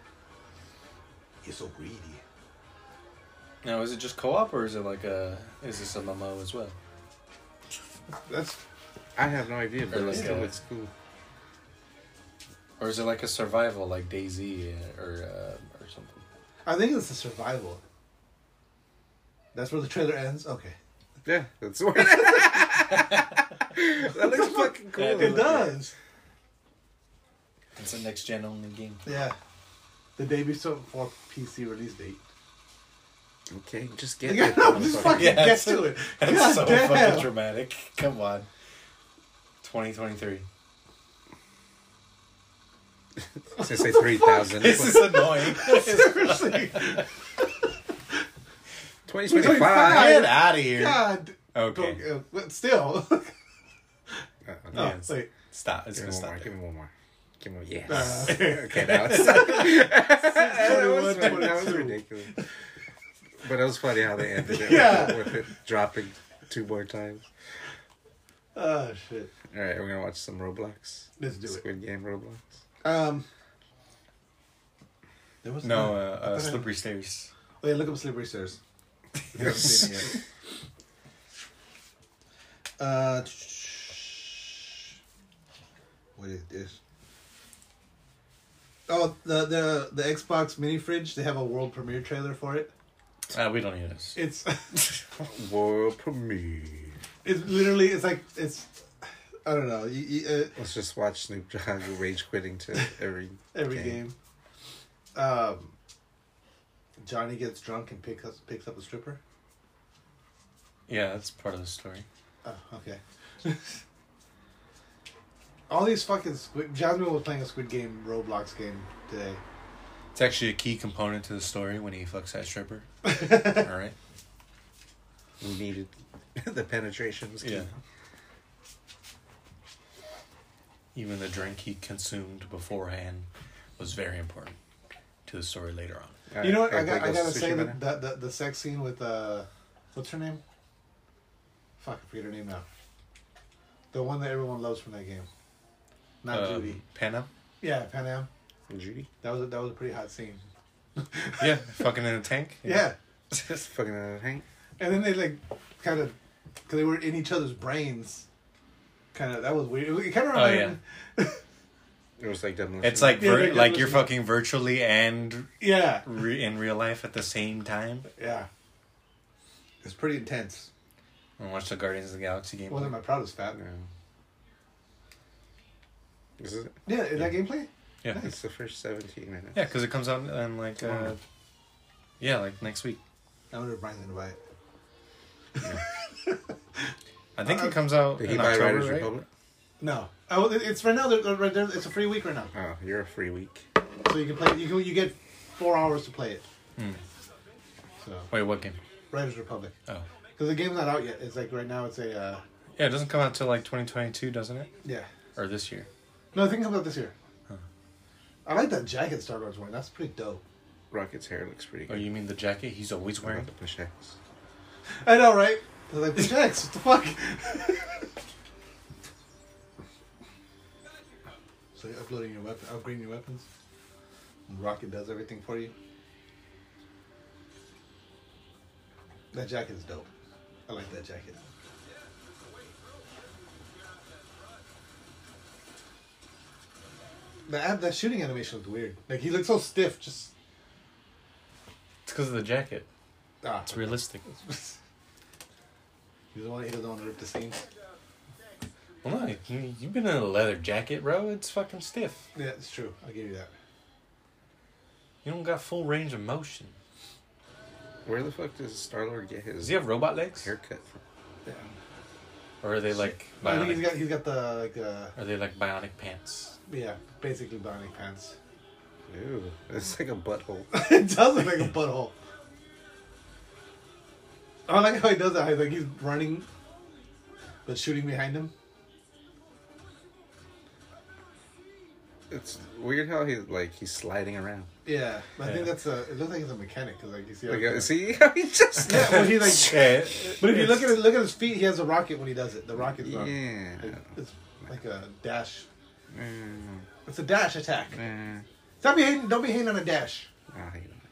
[SPEAKER 6] You're so greedy.
[SPEAKER 4] Now, is it just co-op or is it like a? Is this a MMO as well?
[SPEAKER 6] That's
[SPEAKER 5] I have no idea, but
[SPEAKER 4] Or
[SPEAKER 5] it
[SPEAKER 4] like
[SPEAKER 5] still
[SPEAKER 4] a-
[SPEAKER 5] looks cool.
[SPEAKER 4] Or is it like a survival, like Daisy or uh, or something?
[SPEAKER 6] I think it's a survival. That's where the trailer ends. Okay.
[SPEAKER 5] Yeah, that's what. that looks fucking cool.
[SPEAKER 4] Yeah,
[SPEAKER 6] It does.
[SPEAKER 4] It's a next gen only game.
[SPEAKER 6] Yeah. The day before PC release date.
[SPEAKER 5] Okay, just get
[SPEAKER 6] Yeah,
[SPEAKER 5] it.
[SPEAKER 6] no, just
[SPEAKER 5] motherfucker.
[SPEAKER 6] fucking
[SPEAKER 4] Yeah,
[SPEAKER 6] get
[SPEAKER 4] that's-
[SPEAKER 6] to it.
[SPEAKER 4] That's
[SPEAKER 6] God
[SPEAKER 4] so
[SPEAKER 6] damn.
[SPEAKER 4] fucking dramatic. Come on. 2023.
[SPEAKER 5] Since they three thousand.
[SPEAKER 4] This is annoying.
[SPEAKER 6] Seriously.
[SPEAKER 5] Twenty twenty five.
[SPEAKER 4] Get out of here.
[SPEAKER 6] God.
[SPEAKER 4] Okay.
[SPEAKER 6] Don't- uh, but still.
[SPEAKER 5] No,
[SPEAKER 4] Yes.
[SPEAKER 6] Like,
[SPEAKER 4] Stop. It's
[SPEAKER 5] give
[SPEAKER 4] gonna stop. there.
[SPEAKER 5] me one more. Give me one more. Give me one. Yes.
[SPEAKER 6] Uh,
[SPEAKER 5] okay, that was, that was, that was
[SPEAKER 6] 22.
[SPEAKER 5] ridiculous. But it was funny how they ended it
[SPEAKER 6] Yeah.
[SPEAKER 5] with, with it dropping two more times.
[SPEAKER 6] oh, shit.
[SPEAKER 5] All right, we're gonna watch some Roblox.
[SPEAKER 6] Let's do it.
[SPEAKER 5] Squid Game Roblox.
[SPEAKER 6] Um, there was
[SPEAKER 4] No, uh,
[SPEAKER 6] one-
[SPEAKER 4] uh, slippery stairs.
[SPEAKER 6] Wait, Oh, look up Slippery Stairs. If you haven't seen it yet. Uh, what is this? Oh, the the the Xbox mini fridge. They have a world premiere trailer for it.
[SPEAKER 4] Uh, we don't need this.
[SPEAKER 6] It's
[SPEAKER 5] World premiere.
[SPEAKER 6] it's literally it's like it's I don't know you, you, uh,
[SPEAKER 5] Let's just watch Snoop Dogg rage quitting to every
[SPEAKER 6] every game. Um, Johnny gets drunk and picks up picks up a stripper.
[SPEAKER 4] Yeah, that's part of the story.
[SPEAKER 6] Oh, okay. All these fucking squid. Jasmine was playing a Squid Game Roblox game today.
[SPEAKER 4] It's actually a key component to the story when he fucks that stripper. All right.
[SPEAKER 5] We needed the penetration was key.
[SPEAKER 4] Yeah. Even the drink he consumed beforehand was very important to the story later on.
[SPEAKER 5] All
[SPEAKER 6] you know what? I,
[SPEAKER 5] right,
[SPEAKER 6] got, I
[SPEAKER 5] Ghost
[SPEAKER 6] gotta
[SPEAKER 5] of
[SPEAKER 6] say
[SPEAKER 5] Tsushima
[SPEAKER 6] that the, the the sex scene with uh, what's her name? Fuck, I forget her name now. The one that everyone loves from that game. Not
[SPEAKER 4] Uh,
[SPEAKER 6] Judy.
[SPEAKER 4] Panna?
[SPEAKER 6] Yeah, Pan Am.
[SPEAKER 5] now? Judy.
[SPEAKER 6] That was a, that was a pretty hot scene.
[SPEAKER 4] Yeah, fucking in a tank.
[SPEAKER 6] Yeah,
[SPEAKER 5] Just fucking uh, Hank.
[SPEAKER 6] and then they like kind of because they were in each other's brains. Kind of that was weird. It kind of
[SPEAKER 4] Oh,
[SPEAKER 6] reminded.
[SPEAKER 5] It was like demolition.
[SPEAKER 4] It's like vir-
[SPEAKER 6] Yeah, that
[SPEAKER 4] like
[SPEAKER 6] was-
[SPEAKER 4] you're fucking virtually and
[SPEAKER 6] yeah.
[SPEAKER 4] re- in real life at the same time.
[SPEAKER 6] Yeah. It's pretty intense.
[SPEAKER 4] And watch the Guardians of the Galaxy game.
[SPEAKER 6] Wasn't my proudest fat.
[SPEAKER 5] Yeah. This is it.
[SPEAKER 6] Yeah, in that gameplay?
[SPEAKER 4] yeah,
[SPEAKER 5] It's the first seventeen minutes.
[SPEAKER 4] yeah, because it comes out on like uh, yeah, like next week.
[SPEAKER 6] I wonder if Brian's gonna buy it.
[SPEAKER 4] I think
[SPEAKER 6] Uh,
[SPEAKER 4] it comes out
[SPEAKER 5] Did he
[SPEAKER 4] in
[SPEAKER 5] buy
[SPEAKER 4] October,
[SPEAKER 5] Riders
[SPEAKER 4] right?
[SPEAKER 5] Republic?
[SPEAKER 6] No. Oh, it- it's right now. They're, they're, right there. it's a free week right now,
[SPEAKER 5] Oh, you're a free week.
[SPEAKER 6] so you can play. You can, you get four hours to play it. So
[SPEAKER 4] Wait, what game?
[SPEAKER 6] Riders Republic,
[SPEAKER 4] Oh,
[SPEAKER 6] because the game's not out yet. It's like right now. It's a uh,
[SPEAKER 4] yeah, it doesn't come out till like 2022, doesn't it?
[SPEAKER 6] yeah.
[SPEAKER 4] Or this year?
[SPEAKER 6] No, I think it comes out this year. I like that jacket Star Wars one. That's pretty dope.
[SPEAKER 5] Rocket's hair looks pretty
[SPEAKER 4] Oh,
[SPEAKER 5] good.
[SPEAKER 4] you mean the jacket he's always
[SPEAKER 5] I
[SPEAKER 4] wearing?
[SPEAKER 5] love the push X.
[SPEAKER 6] I know, right? I was like, Jax, what the fuck? so you're uploading your weapon, upgrading your weapons. And Rocket does everything for you. That jacket is dope. I like that jacket. That that shooting animation was weird. Like he looked so stiff. Just
[SPEAKER 4] It's because of the jacket.
[SPEAKER 6] ah,
[SPEAKER 4] It's realistic.
[SPEAKER 6] he doesn't want he doesn't want to rip the scene.
[SPEAKER 4] Well, no, you- you've been in a leather jacket, bro. It's fucking stiff.
[SPEAKER 6] Yeah, it's true. I'll give you that.
[SPEAKER 4] You don't got full range of motion.
[SPEAKER 5] Where the fuck does Star Lord get his
[SPEAKER 4] Does he have robot legs?
[SPEAKER 5] haircut from?
[SPEAKER 6] Yeah.
[SPEAKER 4] Or are they like
[SPEAKER 6] I think
[SPEAKER 4] bionic?
[SPEAKER 6] he's got he's got the like uh
[SPEAKER 4] Are they like bionic pants?
[SPEAKER 6] yeah, basically bionic pants.
[SPEAKER 5] Ew, it's like a butthole.
[SPEAKER 6] it does look like a butthole. I like how he does that. How he's like he's running, but shooting behind him.
[SPEAKER 5] It's weird how he's like he's sliding around.
[SPEAKER 6] Yeah, I
[SPEAKER 4] Yeah.
[SPEAKER 6] think that's a. It looks like he's a mechanic because like you see. how
[SPEAKER 5] Like,
[SPEAKER 6] he-
[SPEAKER 5] uh, see how he just
[SPEAKER 6] Yeah, well, he like.
[SPEAKER 4] Yeah,
[SPEAKER 6] But if you look at it, look at his feet. He has a rocket when he does it. The rocket's on.
[SPEAKER 5] yeah.
[SPEAKER 6] Like, it's like a dash.
[SPEAKER 5] Mm,
[SPEAKER 6] It's a dash attack.
[SPEAKER 5] mm.
[SPEAKER 6] Stop be hating, don't be hating on a dash.
[SPEAKER 5] I hate him.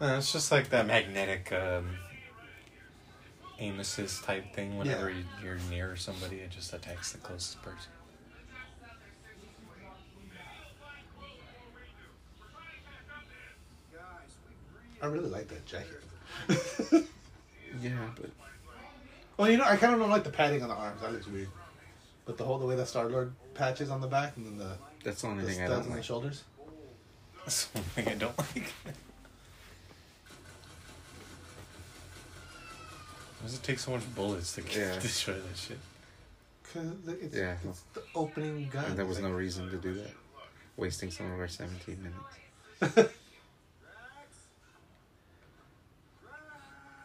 [SPEAKER 4] Uh, it's just like that magnetic um, aim assist type thing. Whenever
[SPEAKER 6] Yeah.
[SPEAKER 4] you- you're near somebody, it just attacks the closest person.
[SPEAKER 6] I really like that jacket.
[SPEAKER 5] Yeah, but
[SPEAKER 6] Well, you know, I kind of don't like the padding on the arms. That looks weird. But the whole the way that Star Lord patches on the back and then the,
[SPEAKER 5] That's the only
[SPEAKER 6] the
[SPEAKER 5] thing I
[SPEAKER 6] studs
[SPEAKER 5] don't
[SPEAKER 6] on the
[SPEAKER 5] like.
[SPEAKER 6] shoulders.
[SPEAKER 4] That's one thing I don't like. Why does it take so much bullets to
[SPEAKER 5] Yeah.
[SPEAKER 4] yeah. destroy that shit?
[SPEAKER 6] Cause it's,
[SPEAKER 5] Yeah.
[SPEAKER 6] it's the opening gun.
[SPEAKER 5] And there was
[SPEAKER 6] Like,
[SPEAKER 5] no reason to do that. Wasting some of our 17 minutes.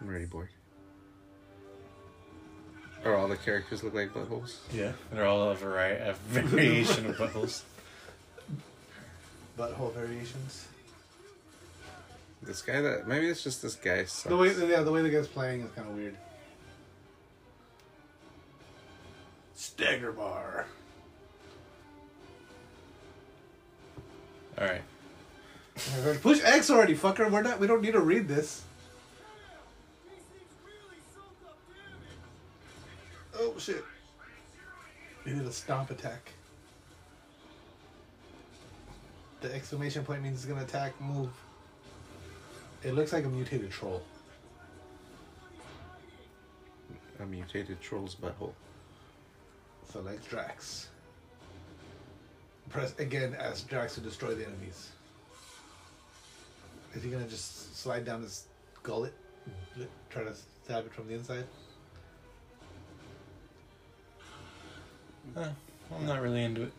[SPEAKER 5] I'm already bored. Or all the characters look like buttholes.
[SPEAKER 4] Yeah, they're all a, vari- a variation of buttholes.
[SPEAKER 6] butthole variations.
[SPEAKER 5] This guy that maybe it's just this guy. Sucks.
[SPEAKER 6] The way yeah, the way the guy's playing is kind of weird. Stagger bar.
[SPEAKER 4] All right,
[SPEAKER 6] Push X already, fucker. We're not. We don't need to read this. Oh shit! They did a stomp attack. The exclamation point means it's gonna attack. Move. It looks like a mutated troll.
[SPEAKER 5] a mutated troll's butthole.
[SPEAKER 6] Select Drax. Press again as Drax to destroy the enemies. Is he gonna just slide down his gullet? and Try to stab it from the inside?
[SPEAKER 4] Uh, I'm not really into it.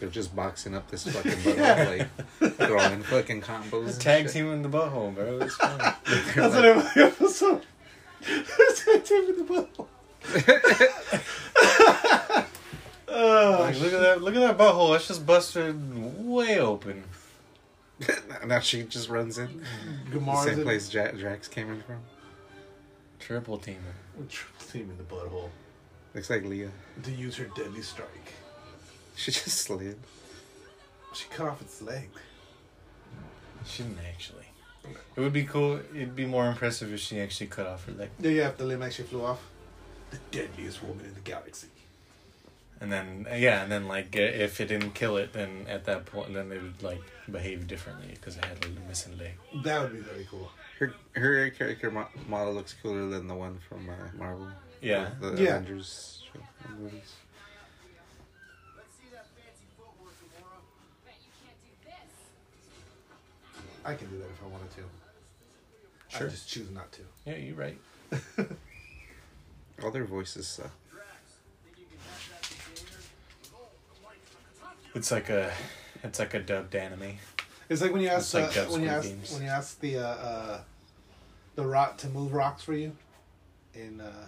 [SPEAKER 5] They're just boxing up this fucking butthole, like throwing fucking combos. and
[SPEAKER 4] Tag
[SPEAKER 5] Oh, shit.
[SPEAKER 4] team in the butthole, bro. That's fun.
[SPEAKER 5] They're
[SPEAKER 6] That's
[SPEAKER 5] like-
[SPEAKER 6] what every episode. There's a tip in the butthole. Uh,
[SPEAKER 4] Like, look at that! Look at that butthole. That's just busted way open.
[SPEAKER 5] now she just runs in the
[SPEAKER 6] Gamar's
[SPEAKER 5] same
[SPEAKER 6] in
[SPEAKER 5] place Ja Drax came in from.
[SPEAKER 4] Triple teamer.
[SPEAKER 6] Triple team in the butthole
[SPEAKER 5] Looks like Leah.
[SPEAKER 6] to use her deadly strike.
[SPEAKER 5] She just slid.
[SPEAKER 6] She cut off its leg.
[SPEAKER 4] Shouldn't actually. It would be cool. It'd be more impressive if she actually cut off her leg.
[SPEAKER 6] Yeah, yeah, if the limb actually flew off. The deadliest woman in the galaxy.
[SPEAKER 4] And then yeah, and then like uh, if it didn't kill it, then at that point, then they would like behave differently because it had like a missing leg.
[SPEAKER 6] That would be very cool.
[SPEAKER 5] Her her character mo- model looks cooler than the one from uh, Marvel.
[SPEAKER 4] Yeah,
[SPEAKER 5] The
[SPEAKER 6] Yeah.
[SPEAKER 5] Avengers show- movies.
[SPEAKER 6] I can do that if I wanted to.
[SPEAKER 4] Sure.
[SPEAKER 6] I just choose not to.
[SPEAKER 4] yeah, you're right.
[SPEAKER 5] All their voices suck.
[SPEAKER 4] It's like a, it's like a dubbed anime.
[SPEAKER 6] It's like when you
[SPEAKER 4] It's
[SPEAKER 6] ask
[SPEAKER 4] like
[SPEAKER 6] uh,
[SPEAKER 4] Dead
[SPEAKER 6] when you
[SPEAKER 4] Squid
[SPEAKER 6] ask
[SPEAKER 4] Games.
[SPEAKER 6] when you ask the uh, uh, the rock to move rocks for you in uh,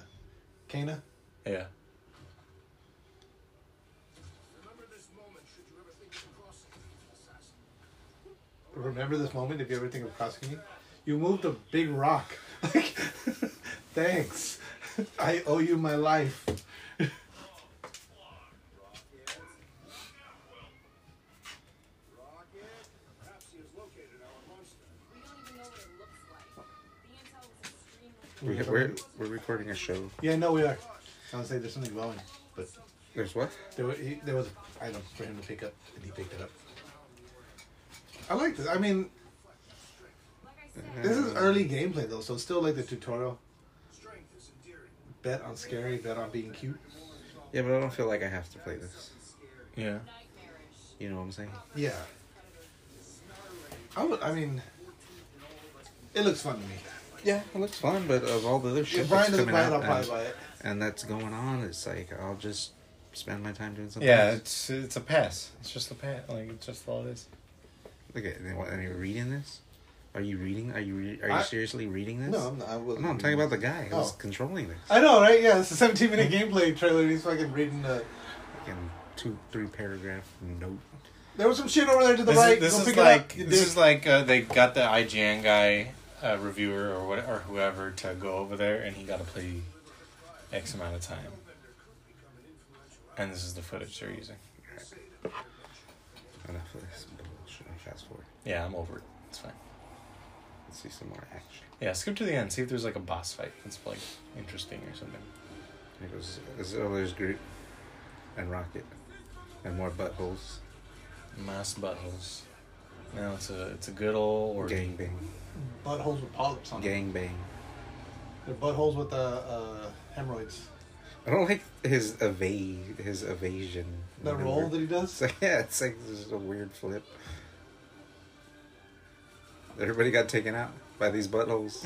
[SPEAKER 6] Cana.
[SPEAKER 4] Yeah.
[SPEAKER 6] Remember this moment if you ever think of crossing me? You moved a big rock. Like, thanks. I owe you my life.
[SPEAKER 5] We, we're we're recording a show.
[SPEAKER 6] Yeah, no, we are. I would say there's something glowing, but
[SPEAKER 5] There's what?
[SPEAKER 6] There was, he, there was an item for him to pick up, and he picked it up. I like this. I mean, this is early gameplay though, so it's still like the tutorial. Bet on scary, bet on being cute.
[SPEAKER 5] Yeah, but I don't feel like I have to play this.
[SPEAKER 4] Yeah.
[SPEAKER 5] You know what I'm saying?
[SPEAKER 6] Yeah. I would. I mean, it looks fun to me.
[SPEAKER 5] Yeah, it looks fun, but of all the other shit
[SPEAKER 6] If Brian
[SPEAKER 5] that's
[SPEAKER 6] doesn't
[SPEAKER 5] coming
[SPEAKER 6] buy it, I'll
[SPEAKER 5] out
[SPEAKER 6] probably
[SPEAKER 5] and,
[SPEAKER 6] buy it.
[SPEAKER 5] and that's going on, it's like I'll just spend my time doing something.
[SPEAKER 4] Yeah,
[SPEAKER 5] else.
[SPEAKER 4] it's it's a pass. It's just a pass. Like it's just all it is.
[SPEAKER 5] Look at what, are you reading this? Are you reading? Are you re- are you
[SPEAKER 6] I-
[SPEAKER 5] seriously reading this?
[SPEAKER 6] No, I'm not. I wasn't
[SPEAKER 5] no, I'm talking about the guy who's
[SPEAKER 6] Oh.
[SPEAKER 5] controlling this.
[SPEAKER 6] I know, right? Yeah, it's a 17 minute gameplay trailer. and He's fucking reading the.
[SPEAKER 5] Fucking two, three paragraph note.
[SPEAKER 6] There was some shit over there to the
[SPEAKER 4] This,
[SPEAKER 6] right.
[SPEAKER 4] is, this
[SPEAKER 6] Go
[SPEAKER 4] is
[SPEAKER 6] pick it
[SPEAKER 4] like
[SPEAKER 6] up. You
[SPEAKER 4] this
[SPEAKER 6] dick.
[SPEAKER 4] is like uh, they got the IGN guy uh, reviewer or what or whoever to go over there, and he got to play X amount of time. And this is the footage they're using.
[SPEAKER 5] Enough of this bullshit. I'll Fast forward.
[SPEAKER 4] Yeah, I'm over it. It's fine.
[SPEAKER 5] Let's see some more action.
[SPEAKER 4] Yeah, skip to the end. See if there's like a boss fight that's like interesting or something.
[SPEAKER 5] There goes Zeller's group and Rocket and more buttholes.
[SPEAKER 4] Mass buttholes. No, it's a it's a good old orgy.
[SPEAKER 5] Gang bang.
[SPEAKER 6] buttholes with polyps on. it.
[SPEAKER 5] Gang bang.
[SPEAKER 6] Their buttholes with uh, uh, hemorrhoids.
[SPEAKER 5] I don't like his evade his evasion.
[SPEAKER 6] That
[SPEAKER 5] maneuver.
[SPEAKER 6] roll that he does.
[SPEAKER 5] It's like, yeah, it's like just a weird flip. Everybody got taken out by these buttholes.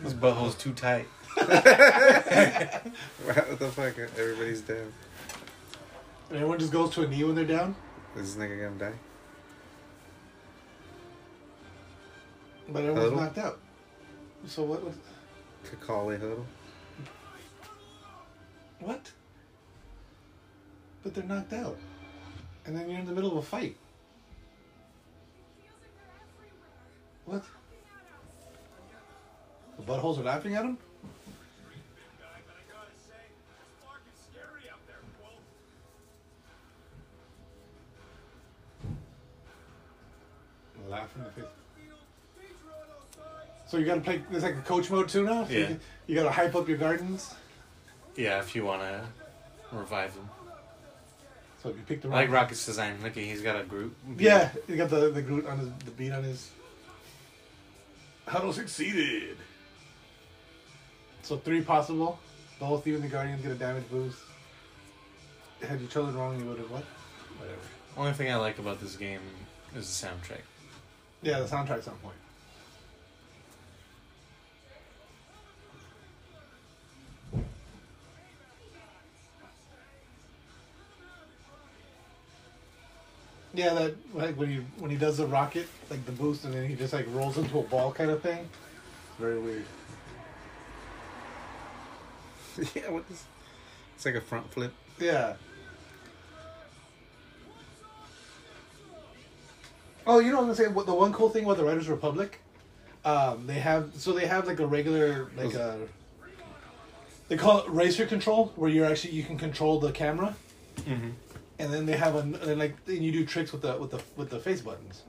[SPEAKER 4] This butthole's too tight.
[SPEAKER 5] what the fuck? Everybody's dead.
[SPEAKER 6] And everyone just goes to a knee when they're down.
[SPEAKER 5] Is this nigga gonna die?
[SPEAKER 6] But everyone's
[SPEAKER 5] Huddle.
[SPEAKER 6] knocked out. So what? What?
[SPEAKER 5] Kakali huddle.
[SPEAKER 6] what? But they're knocked out, and then you're in the middle of a fight. What? The buttholes are laughing at him. Laugh in the face. So you gotta play. There's like a coach mode too now. So you
[SPEAKER 4] Yeah.
[SPEAKER 6] can- you gotta hype up your gardens.
[SPEAKER 4] Yeah, if you want to revive them.
[SPEAKER 6] So if you pick the
[SPEAKER 4] I
[SPEAKER 6] wrong
[SPEAKER 4] like Rocket's design. Look, at- he's got a group.
[SPEAKER 6] Yeah, he got the, the Groot on his the beat on his Huddle succeeded. So three possible. Both you and the Guardians get a damage boost. Had you chosen wrong, you would have what?
[SPEAKER 4] Whatever. Only thing I like about this game is the soundtrack.
[SPEAKER 6] Yeah, the soundtrack's on point. Yeah, that like when he when he does the rocket, like the boost, and then he just like rolls into a ball kind of thing. It's very weird.
[SPEAKER 5] yeah, what is? It's like a front flip.
[SPEAKER 6] Yeah. Oh, you know what I'm gonna say? What the one cool thing about the Writers Republic, um, they have so they have like a regular like a. They call it racer control, where you're actually you can control the camera. And then they have an and like then you do tricks with the with the with the face buttons,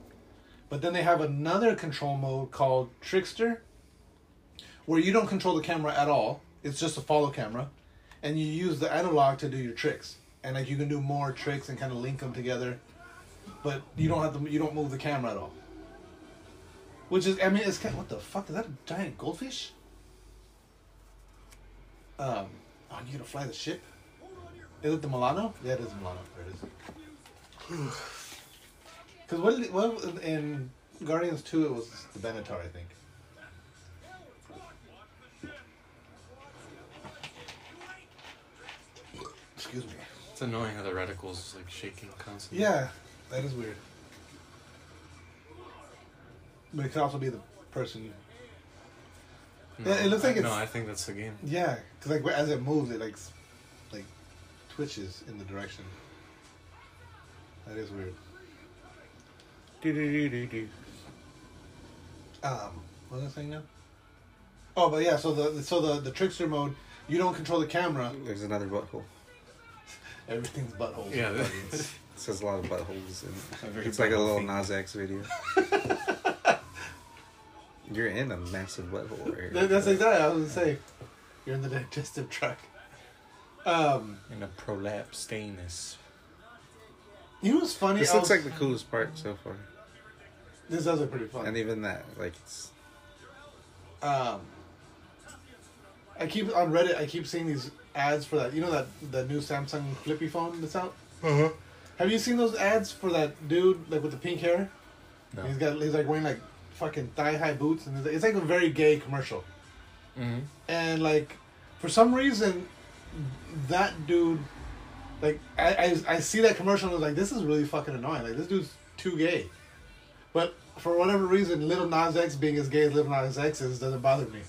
[SPEAKER 6] but then they have another control mode called Trickster, where you don't control the camera at all. It's just a follow camera and you use the analog to do your tricks and like you can do more tricks and kind of link them together but you don't have to you don't move the camera at all which is i mean it's kind what the fuck is that a giant goldfish um oh, you gonna fly the ship is it the milano yeah it is milano there it is because what, did- what in guardians 2 it was the benatar i think excuse me
[SPEAKER 4] It's annoying how the reticle's like shaking constantly.
[SPEAKER 6] Yeah, that is weird. But it could also be the person.
[SPEAKER 4] No,
[SPEAKER 6] Yeah, it looks like
[SPEAKER 4] I, no,
[SPEAKER 6] it's-
[SPEAKER 4] I think that's the game.
[SPEAKER 6] Yeah, because like as it moves, it like s- like twitches in the direction. That is weird.
[SPEAKER 5] Do-do-do-do-do.
[SPEAKER 6] Um, what was I saying now? Oh, but yeah. So the so the the trickster mode, you don't control the camera.
[SPEAKER 5] There's another butthole.
[SPEAKER 6] Everything's buttholes.
[SPEAKER 4] Yeah, that-
[SPEAKER 5] It says a lot of buttholes. And
[SPEAKER 4] very
[SPEAKER 5] it's like a
[SPEAKER 4] butthole
[SPEAKER 5] little
[SPEAKER 4] thing.
[SPEAKER 5] Nas X video. You're in a massive butthole right here.
[SPEAKER 6] That- that's exactly. I was gonna say, you're in the digestive tract. Um,
[SPEAKER 4] in a prolapsed anus.
[SPEAKER 6] you know what's funny?
[SPEAKER 5] This
[SPEAKER 6] I
[SPEAKER 5] looks
[SPEAKER 6] was-
[SPEAKER 5] like the coolest part so far.
[SPEAKER 6] this does look pretty fun.
[SPEAKER 5] And even that, like, it's
[SPEAKER 6] um, I keep on Reddit. I keep seeing these ads for that. You know that the new Samsung flippy phone that's out. Uh
[SPEAKER 4] Uh-huh.
[SPEAKER 6] huh. Have you seen those ads for that dude like with the pink hair?
[SPEAKER 4] No.
[SPEAKER 6] He's got he's like wearing like fucking thigh high boots and it's like- it's like a very gay commercial.
[SPEAKER 4] Mm-hmm.
[SPEAKER 6] And like for some reason, that dude, like I I, I see that commercial and I was like, this is really fucking annoying. Like this dude's too gay. But for whatever reason, Little Nas X being as gay as Little Nas X is doesn't bother me.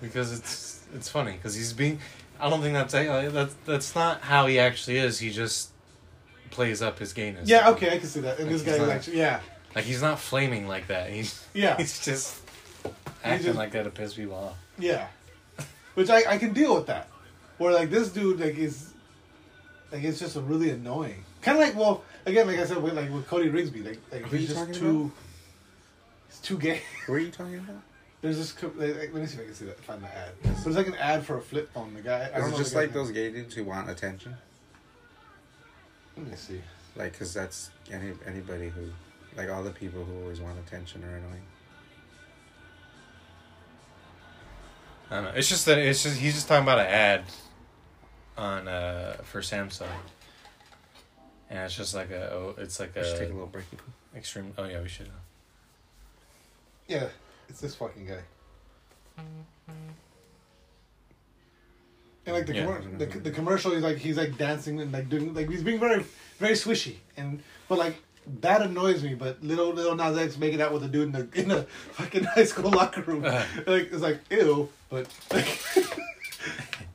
[SPEAKER 4] Because it's it's funny because he's being. I don't think that's like, that's that's not how he actually is. He just plays up his gayness.
[SPEAKER 6] Yeah, okay, I can see that. And this
[SPEAKER 4] Like,
[SPEAKER 6] guy
[SPEAKER 4] he's
[SPEAKER 6] is
[SPEAKER 4] not-
[SPEAKER 6] actually, yeah,
[SPEAKER 4] Like he's not flaming like that. He's
[SPEAKER 6] yeah,
[SPEAKER 4] he's just acting
[SPEAKER 6] just-
[SPEAKER 4] like that to piss people off.
[SPEAKER 6] yeah. Which I, I can deal with that. Where like this dude like is, like it's just really annoying. Kind of like well, again, like I said, with like with Cody Rigsby, like like
[SPEAKER 5] Who
[SPEAKER 6] he's
[SPEAKER 5] you
[SPEAKER 6] just
[SPEAKER 5] talking
[SPEAKER 6] too, he's too gay.
[SPEAKER 5] what are you talking about?
[SPEAKER 6] There's this. co- Like, like, let me see if I can see that. Find the ad. So it's like an ad for a flip phone. The guy. I don't
[SPEAKER 5] Is
[SPEAKER 6] know
[SPEAKER 5] it just
[SPEAKER 6] the
[SPEAKER 5] like
[SPEAKER 6] guy's
[SPEAKER 5] those
[SPEAKER 6] name.
[SPEAKER 5] gay dudes who want attention?
[SPEAKER 6] Let me see.
[SPEAKER 5] Like, because that's any anybody who, like, all the people who always want attention are annoying.
[SPEAKER 4] I don't know. It's just that it's just he's just talking about an ad on uh for Samsung, and it's just like a oh, it's like
[SPEAKER 5] Let's take a
[SPEAKER 4] a
[SPEAKER 5] little break.
[SPEAKER 4] extreme. Oh yeah, we should.
[SPEAKER 6] Yeah, it's this fucking guy. And like the,
[SPEAKER 4] Yeah.
[SPEAKER 6] commer- the the commercial, he's like he's like dancing and like doing like he's being very very swishy and but like that annoys me. But little little Nas X making out with a dude in the in the fucking high school locker room, like it's like ew. But like,